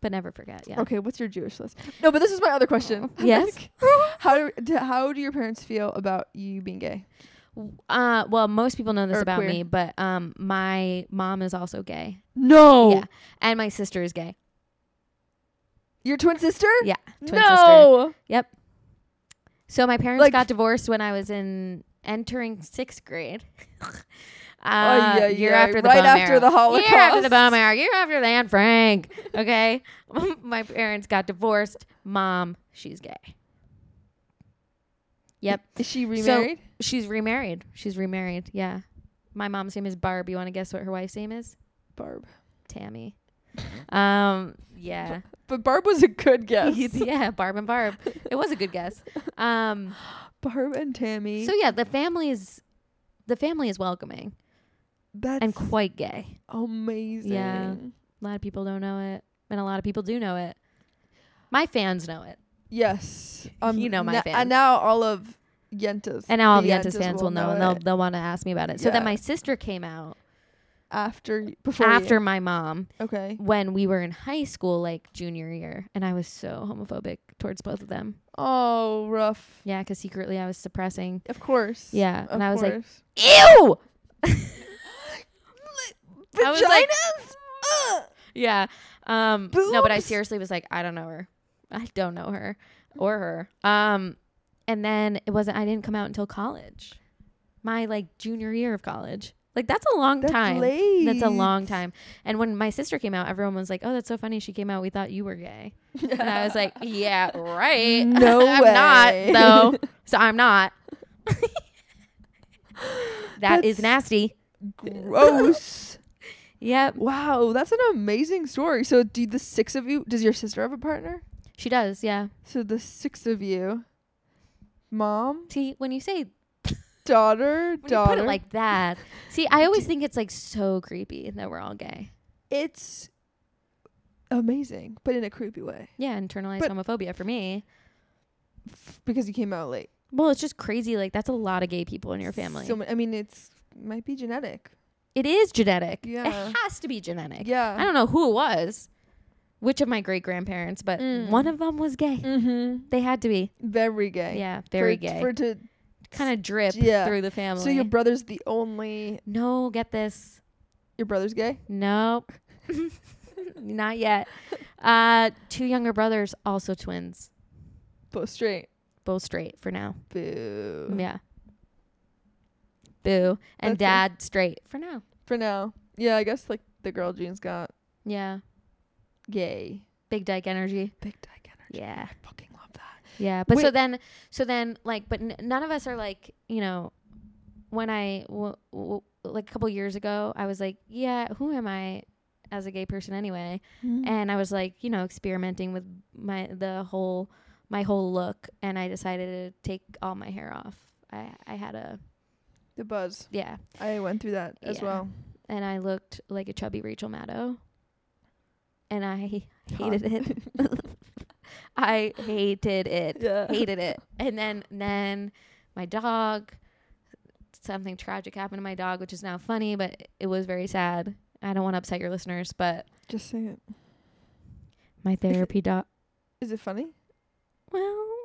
[SPEAKER 1] but never forget. Yeah.
[SPEAKER 2] Okay, what's your Jewish list? No, but this is my other question.
[SPEAKER 1] Yes?
[SPEAKER 2] how do, do how do your parents feel about you being gay?
[SPEAKER 1] Uh, well, most people know this
[SPEAKER 2] Or
[SPEAKER 1] about
[SPEAKER 2] queer.
[SPEAKER 1] me, but um, my mom is also gay.
[SPEAKER 2] No.
[SPEAKER 1] Yeah, and my sister is gay.
[SPEAKER 2] Your twin sister?
[SPEAKER 1] Yeah, twin sister.
[SPEAKER 2] no.
[SPEAKER 1] Yep. So my parents
[SPEAKER 2] Like-
[SPEAKER 1] got divorced when I was in entering sixth grade.
[SPEAKER 2] Ay,
[SPEAKER 1] Uh,
[SPEAKER 2] ay,
[SPEAKER 1] year
[SPEAKER 2] ay,
[SPEAKER 1] after the
[SPEAKER 2] right
[SPEAKER 1] bone
[SPEAKER 2] after
[SPEAKER 1] marrow.
[SPEAKER 2] the Holocaust.
[SPEAKER 1] Year after the bone marrow. Year after the Anne Frank. Okay, my parents got divorced. Mom, she's gay. Yep.
[SPEAKER 2] Is she remarried?
[SPEAKER 1] She's remarried. She's remarried. Yeah. My mom's name is Barb. You want to guess what her wife's name is?
[SPEAKER 2] Barb.
[SPEAKER 1] Tammy. Um. Yeah.
[SPEAKER 2] but Barb was a good guess.
[SPEAKER 1] yeah, Barb and Barb. It was a good guess. Um,
[SPEAKER 2] Barb and Tammy.
[SPEAKER 1] so yeah, the family is the family is welcoming
[SPEAKER 2] that's
[SPEAKER 1] and quite gay.
[SPEAKER 2] amazing.
[SPEAKER 1] Yeah. A lot of people don't know it, and a lot of people do know it. My fans know it,
[SPEAKER 2] Yes. Um,
[SPEAKER 1] You know my
[SPEAKER 2] na-
[SPEAKER 1] fans.
[SPEAKER 2] And now all of Yenta's.
[SPEAKER 1] and now all the
[SPEAKER 2] the
[SPEAKER 1] Yentas fans will know, and they'll
[SPEAKER 2] it
[SPEAKER 1] they'll want to ask me about it. So
[SPEAKER 2] Yeah.
[SPEAKER 1] then my sister came out
[SPEAKER 2] after y- before you-
[SPEAKER 1] after my mom
[SPEAKER 2] Okay.
[SPEAKER 1] when we were in high school, like junior year, and I was so homophobic towards both of them.
[SPEAKER 2] Oh, rough.
[SPEAKER 1] Yeah, because secretly I was suppressing.
[SPEAKER 2] Of course.
[SPEAKER 1] Yeah,
[SPEAKER 2] Of
[SPEAKER 1] and I was like,
[SPEAKER 2] course.
[SPEAKER 1] ew. I was
[SPEAKER 2] vaginas.
[SPEAKER 1] like-
[SPEAKER 2] Ugh.
[SPEAKER 1] Yeah. Um no, but I
[SPEAKER 2] Boobs?
[SPEAKER 1] seriously was like, I don't know her. I don't know her or her. Um and then it wasn't I didn't come out until college. My like junior year of college. Like that's a long
[SPEAKER 2] That's
[SPEAKER 1] time.
[SPEAKER 2] late.
[SPEAKER 1] That's a long time. And when my sister came out, everyone was like, "Oh, that's so funny. She came out. We thought you were gay." And I was like, "Yeah, right.
[SPEAKER 2] No
[SPEAKER 1] I'm not
[SPEAKER 2] way.
[SPEAKER 1] though. So I'm not." That is
[SPEAKER 2] That's-
[SPEAKER 1] nasty.
[SPEAKER 2] Gross.
[SPEAKER 1] Yep,
[SPEAKER 2] wow, that's an amazing story. So, do the six of you? Does your sister have a partner?
[SPEAKER 1] she does. Yeah.
[SPEAKER 2] So the six of you, mom,
[SPEAKER 1] See, when you say
[SPEAKER 2] daughter,
[SPEAKER 1] When you
[SPEAKER 2] daughter.
[SPEAKER 1] put it like that. See, I always think it's like so creepy that we're all gay.
[SPEAKER 2] it's amazing, but in a creepy way
[SPEAKER 1] Yeah, internalized
[SPEAKER 2] But-
[SPEAKER 1] homophobia for me.
[SPEAKER 2] F- because you came out late.
[SPEAKER 1] Well, it's just crazy. Like that's a lot of gay people in your family.
[SPEAKER 2] So ma- I mean, it's might be genetic.
[SPEAKER 1] it is genetic.
[SPEAKER 2] Yeah.
[SPEAKER 1] It has to be genetic.
[SPEAKER 2] Yeah.
[SPEAKER 1] I don't know who it was, which of my great grandparents, but
[SPEAKER 2] Mm.
[SPEAKER 1] one of them was gay.
[SPEAKER 2] Mm-hmm.
[SPEAKER 1] They had to be.
[SPEAKER 2] Very gay.
[SPEAKER 1] Yeah, very
[SPEAKER 2] for,
[SPEAKER 1] gay.
[SPEAKER 2] For to
[SPEAKER 1] kind of drip
[SPEAKER 2] yeah.
[SPEAKER 1] through the family.
[SPEAKER 2] so your brother's the only
[SPEAKER 1] no, get this.
[SPEAKER 2] your brother's gay.
[SPEAKER 1] Nope. Not yet. Uh, two younger brothers, also twins,
[SPEAKER 2] Both straight.
[SPEAKER 1] both straight for now.
[SPEAKER 2] Boo.
[SPEAKER 1] Yeah. Boo. And
[SPEAKER 2] That's
[SPEAKER 1] dad straight for now.
[SPEAKER 2] For now. Yeah, I guess like the girl jeans got
[SPEAKER 1] Yeah.
[SPEAKER 2] gay.
[SPEAKER 1] Big dyke energy.
[SPEAKER 2] Big dyke energy.
[SPEAKER 1] Yeah.
[SPEAKER 2] I fucking love that.
[SPEAKER 1] Yeah. But so
[SPEAKER 2] Wait.
[SPEAKER 1] then, so then, like, but n- none of us are like, you know, when I, w- w- like, a couple years ago, I was like, yeah, who am I as a gay person anyway? and I was like, you know, experimenting with my the whole my whole look, and I decided to take all my hair off. I I had a
[SPEAKER 2] the buzz.
[SPEAKER 1] yeah,
[SPEAKER 2] I went through that as
[SPEAKER 1] Yeah.
[SPEAKER 2] well.
[SPEAKER 1] and I looked like a chubby Rachel Maddow, and I hated it. I hated it,
[SPEAKER 2] Yeah.
[SPEAKER 1] hated it. And then then my dog, something tragic happened to my dog, which is now funny, but it was very sad. I don't want to upset your listeners, but
[SPEAKER 2] Just say it.
[SPEAKER 1] my therapy dog.
[SPEAKER 2] Is it funny?
[SPEAKER 1] Well,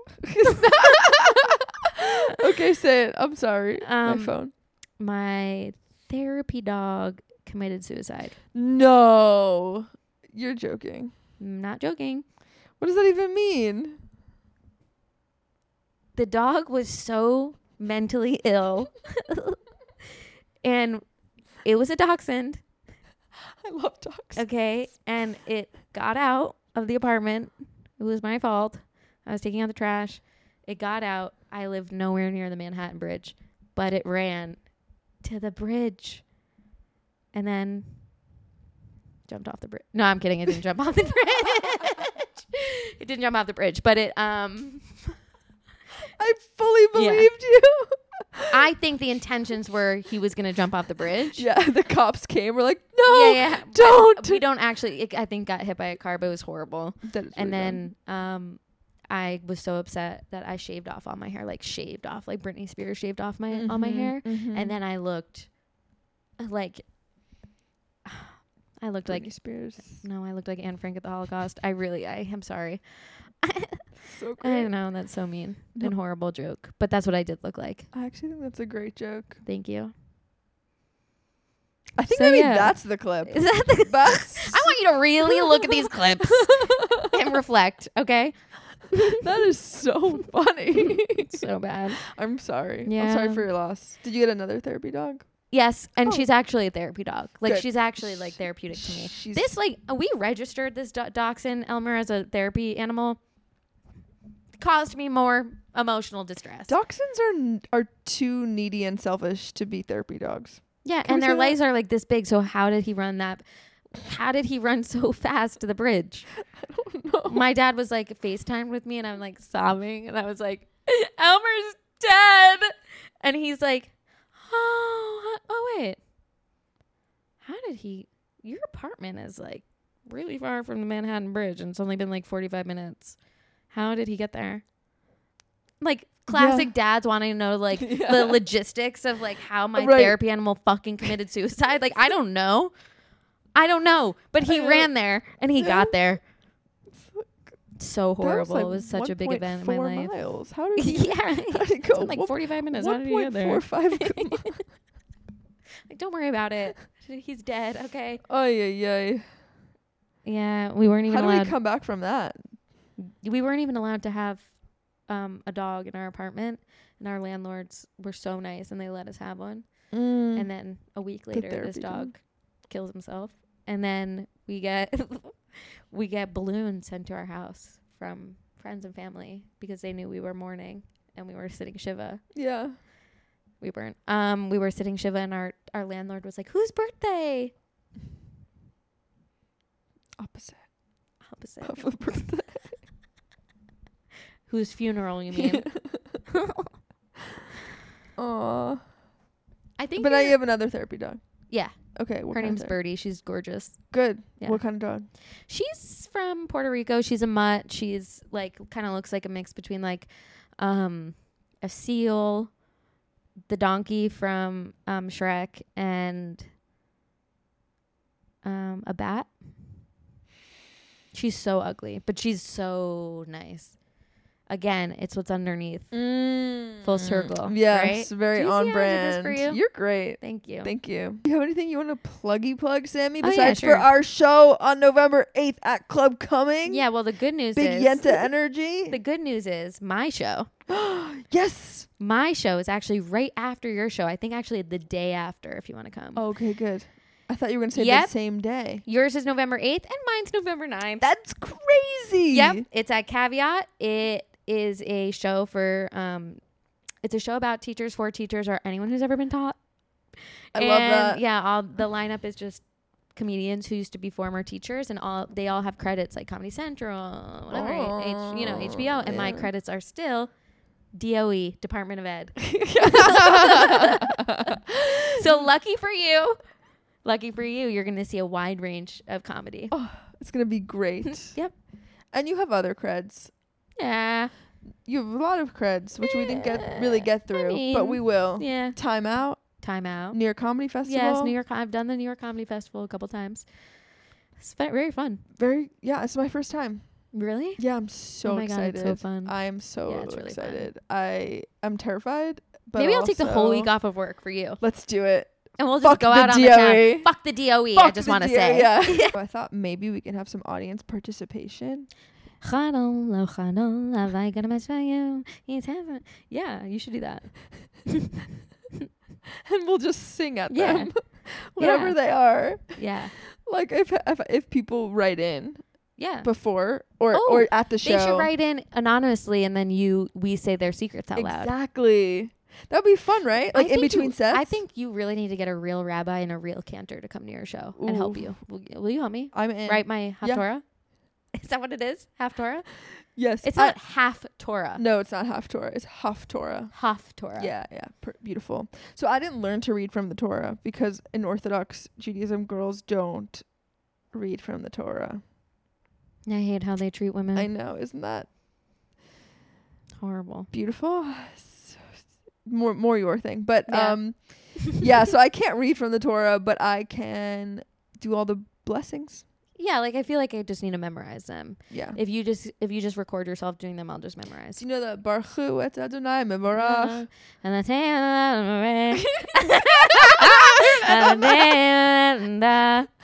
[SPEAKER 2] okay, say it. I'm sorry.
[SPEAKER 1] Um,
[SPEAKER 2] My phone.
[SPEAKER 1] my therapy dog committed suicide.
[SPEAKER 2] No. You're joking.
[SPEAKER 1] I'm not joking.
[SPEAKER 2] What does that even mean?
[SPEAKER 1] The dog was so mentally ill, and it was a dachshund.
[SPEAKER 2] I love dogs.
[SPEAKER 1] Okay, and it got out of the apartment. It was my fault. I was taking out the trash. It got out. I lived nowhere near the Manhattan Bridge, but it ran to the bridge, and then jumped off the bridge. No, I'm kidding. It didn't jump off the bridge. it didn't jump off the bridge, but it. Um,
[SPEAKER 2] I fully
[SPEAKER 1] Yeah.
[SPEAKER 2] believed you.
[SPEAKER 1] I think the intentions were he was gonna jump off the bridge.
[SPEAKER 2] yeah, the cops came. We're like, no,
[SPEAKER 1] yeah.
[SPEAKER 2] don't.
[SPEAKER 1] We don't actually. It, I think got hit by a car, but it was horrible.
[SPEAKER 2] That is
[SPEAKER 1] and
[SPEAKER 2] really
[SPEAKER 1] then um I was so upset that I shaved off all my hair, like shaved off, like Britney Spears shaved off my
[SPEAKER 2] bad.
[SPEAKER 1] all my hair,
[SPEAKER 2] Mhm, mhm.
[SPEAKER 1] and then I looked like I looked
[SPEAKER 2] Britney
[SPEAKER 1] like
[SPEAKER 2] Spears.
[SPEAKER 1] no, I looked like Anne Frank at the Holocaust. I really, I am sorry.
[SPEAKER 2] So
[SPEAKER 1] I
[SPEAKER 2] great.
[SPEAKER 1] know that's so mean
[SPEAKER 2] No.
[SPEAKER 1] and horrible joke, but that's what I did look like.
[SPEAKER 2] I actually think that's a great joke.
[SPEAKER 1] Thank you.
[SPEAKER 2] I think
[SPEAKER 1] So,
[SPEAKER 2] maybe
[SPEAKER 1] yeah.
[SPEAKER 2] that's the clip.
[SPEAKER 1] Is that the?
[SPEAKER 2] That's-
[SPEAKER 1] I want you to really look at these clips and reflect. Okay,
[SPEAKER 2] that is so funny.
[SPEAKER 1] so bad.
[SPEAKER 2] I'm sorry. I'm
[SPEAKER 1] Yeah.
[SPEAKER 2] sorry for your loss. Did you get another therapy dog?
[SPEAKER 1] Yes, and
[SPEAKER 2] Oh.
[SPEAKER 1] she's actually a therapy dog. Like
[SPEAKER 2] Good.
[SPEAKER 1] she's actually like therapeutic to me.
[SPEAKER 2] She's
[SPEAKER 1] This like uh, we registered this do- dachshund Elmer as a therapy animal caused me more emotional distress.
[SPEAKER 2] Dachshunds are n- are too needy and selfish to be therapy dogs.
[SPEAKER 1] yeah,
[SPEAKER 2] can we
[SPEAKER 1] and
[SPEAKER 2] say
[SPEAKER 1] their
[SPEAKER 2] that?
[SPEAKER 1] legs are like this big, so how did he run that? how did he run so fast to the bridge? My dad was like FaceTimed with me and I'm like sobbing and I was like, Elmer's dead. And he's like, oh, h- oh wait. How did he? Your apartment is like really far from the Manhattan Bridge and it's only been like 45 minutes. How did he get there? Like classic dads wanting to know like
[SPEAKER 2] Yeah.
[SPEAKER 1] the logistics of like how my
[SPEAKER 2] Right.
[SPEAKER 1] therapy animal fucking committed suicide. Like I don't know. I don't know, but he
[SPEAKER 2] I
[SPEAKER 1] ran there and he got there.
[SPEAKER 2] Fuck.
[SPEAKER 1] So
[SPEAKER 2] That was,
[SPEAKER 1] horrible.
[SPEAKER 2] like,
[SPEAKER 1] it was such a big event in my
[SPEAKER 2] 1.4
[SPEAKER 1] life.
[SPEAKER 2] Miles. How did he?
[SPEAKER 1] yeah.
[SPEAKER 2] How did he
[SPEAKER 1] It's
[SPEAKER 2] go?
[SPEAKER 1] been, like 45 minutes. How did he get there?
[SPEAKER 2] 1.45 miles.
[SPEAKER 1] Like, don't worry about it. He's dead. Okay.
[SPEAKER 2] Oh yeah, yeah.
[SPEAKER 1] Yeah, we weren't even
[SPEAKER 2] How do
[SPEAKER 1] allowed.
[SPEAKER 2] we come back from that?
[SPEAKER 1] we weren't even allowed to have um, a dog in our apartment, and our landlords were so nice, and they let us have one.
[SPEAKER 2] Mm.
[SPEAKER 1] And then a week later, this
[SPEAKER 2] therapy
[SPEAKER 1] dog
[SPEAKER 2] dog.
[SPEAKER 1] kills himself, and then we get we get balloons sent to our house from friends and family because they knew we were mourning and we were sitting shiva.
[SPEAKER 2] yeah.
[SPEAKER 1] We weren't. Um, we were sitting shiva, and our our landlord was like, "Whose birthday?"
[SPEAKER 2] Opposite
[SPEAKER 1] Opposite.
[SPEAKER 2] of a birthday.
[SPEAKER 1] Whose funeral? You mean?
[SPEAKER 2] Aw.
[SPEAKER 1] I think.
[SPEAKER 2] But now
[SPEAKER 1] you're-
[SPEAKER 2] you have another therapy dog.
[SPEAKER 1] Yeah.
[SPEAKER 2] Okay. What
[SPEAKER 1] her
[SPEAKER 2] kind
[SPEAKER 1] name's
[SPEAKER 2] of ther-
[SPEAKER 1] Birdie. She's gorgeous.
[SPEAKER 2] Good.
[SPEAKER 1] Yeah.
[SPEAKER 2] What kind of dog?
[SPEAKER 1] She's from Puerto Rico. She's a mutt. She's like kind of looks like a mix between like um a seal, the donkey from um Shrek and um a bat. She's so ugly, but she's so nice. Again, it's what's underneath. Full circle.
[SPEAKER 2] Yes.
[SPEAKER 1] right?
[SPEAKER 2] Very
[SPEAKER 1] Mm. Do you see
[SPEAKER 2] on
[SPEAKER 1] how I did this
[SPEAKER 2] brand.
[SPEAKER 1] for you?
[SPEAKER 2] You're great.
[SPEAKER 1] Thank you.
[SPEAKER 2] Thank you. Do you have anything you want to pluggy plug, Sammy?
[SPEAKER 1] Oh, yeah,
[SPEAKER 2] Besides
[SPEAKER 1] sure.
[SPEAKER 2] for our show on November eighth at Club Coming.
[SPEAKER 1] yeah, well the good news
[SPEAKER 2] Big
[SPEAKER 1] is
[SPEAKER 2] Yenta energy.
[SPEAKER 1] the good news is my show.
[SPEAKER 2] yes.
[SPEAKER 1] My show is actually right after your show. I think actually the day after if you want to come.
[SPEAKER 2] Okay. Good. I thought you were gonna say
[SPEAKER 1] Oh. Yep.
[SPEAKER 2] the same day.
[SPEAKER 1] Yours is November 8th and mine's November 9th.
[SPEAKER 2] That's crazy.
[SPEAKER 1] Yep, it's at Caveat. It is a show for um it's a show about teachers for teachers or anyone who's ever been taught.
[SPEAKER 2] I love
[SPEAKER 1] And,
[SPEAKER 2] that.
[SPEAKER 1] Yeah, all the lineup is just comedians who used to be former teachers and all they all have credits like Comedy Central, whatever, H, you know,
[SPEAKER 2] Oh,
[SPEAKER 1] HBO and my
[SPEAKER 2] yeah.
[SPEAKER 1] credits are still DOE, Department of Ed. so lucky for you. Lucky for you, you're going to see a wide range of comedy.
[SPEAKER 2] Oh, it's gonna be great.
[SPEAKER 1] Yep.
[SPEAKER 2] And you have other creds.
[SPEAKER 1] Yeah.
[SPEAKER 2] You have a lot of creds, which we didn't get really get
[SPEAKER 1] Yeah, I
[SPEAKER 2] through, but we
[SPEAKER 1] mean,
[SPEAKER 2] will.
[SPEAKER 1] Yeah.
[SPEAKER 2] Time out
[SPEAKER 1] Time out.
[SPEAKER 2] near comedy Oh. festival.
[SPEAKER 1] Yes, New York. I've done the New York Comedy Festival a couple times. It's fe- very fun.
[SPEAKER 2] Very yeah, it's my first time.
[SPEAKER 1] Really?
[SPEAKER 2] Yeah, I'm so
[SPEAKER 1] oh my
[SPEAKER 2] excited.
[SPEAKER 1] god, it's so fun.
[SPEAKER 2] I am so
[SPEAKER 1] Yeah, it's really fun.
[SPEAKER 2] excited. I am terrified, but
[SPEAKER 1] Maybe I'll take the whole
[SPEAKER 2] also-
[SPEAKER 1] week off of work for you,
[SPEAKER 2] Let's do it.
[SPEAKER 1] and we'll just
[SPEAKER 2] Fuck
[SPEAKER 1] go
[SPEAKER 2] the
[SPEAKER 1] out on the town.
[SPEAKER 2] DOE.
[SPEAKER 1] Fuck the DOE. I
[SPEAKER 2] Fuck
[SPEAKER 1] just
[SPEAKER 2] the
[SPEAKER 1] want to
[SPEAKER 2] DA,
[SPEAKER 1] say.
[SPEAKER 2] Yeah. I thought maybe we can have some audience participation.
[SPEAKER 1] Chanel, oh Chanel, have I got a message for you? Yes, have I- Yeah, you should do that.
[SPEAKER 2] And we'll just sing at
[SPEAKER 1] Yeah.
[SPEAKER 2] them. Whatever
[SPEAKER 1] Yeah.
[SPEAKER 2] they are.
[SPEAKER 1] Yeah,
[SPEAKER 2] Like if if if people write in
[SPEAKER 1] yeah.
[SPEAKER 2] before or
[SPEAKER 1] Uh. Oh,
[SPEAKER 2] or at the
[SPEAKER 1] they
[SPEAKER 2] show.
[SPEAKER 1] should write in anonymously, and then you we say their secrets out loud.
[SPEAKER 2] Exactly. That would be fun, right?
[SPEAKER 1] I
[SPEAKER 2] Like in
[SPEAKER 1] think
[SPEAKER 2] between
[SPEAKER 1] you,
[SPEAKER 2] sets.
[SPEAKER 1] I think you really need to get a real rabbi and a real cantor to come to your show and help
[SPEAKER 2] Ooh.
[SPEAKER 1] you. Will, will you help me?
[SPEAKER 2] I'm in.
[SPEAKER 1] Right, my half
[SPEAKER 2] Yeah.
[SPEAKER 1] Torah. Is that what it is? Half Torah?
[SPEAKER 2] Yes.
[SPEAKER 1] It's
[SPEAKER 2] I-
[SPEAKER 1] not half Torah.
[SPEAKER 2] No, it's not half Torah. It's half Torah.
[SPEAKER 1] Half Torah.
[SPEAKER 2] Yeah, yeah, pr- beautiful. So I didn't learn to read from the Torah because in Orthodox Judaism, girls don't read from the Torah.
[SPEAKER 1] I hate how they treat women.
[SPEAKER 2] I know, isn't that
[SPEAKER 1] Horrible.
[SPEAKER 2] beautiful? More, more your thing, but
[SPEAKER 1] Yeah.
[SPEAKER 2] um, yeah. So I can't read from the Torah, but I can do all the blessings.
[SPEAKER 1] Yeah, like I feel like I just need to memorize them.
[SPEAKER 2] Yeah.
[SPEAKER 1] If you just if you just record yourself doing them, I'll just
[SPEAKER 2] So
[SPEAKER 1] memorize.
[SPEAKER 2] you know the Baruch Hu et Adonai Mevorach.
[SPEAKER 1] And that's it.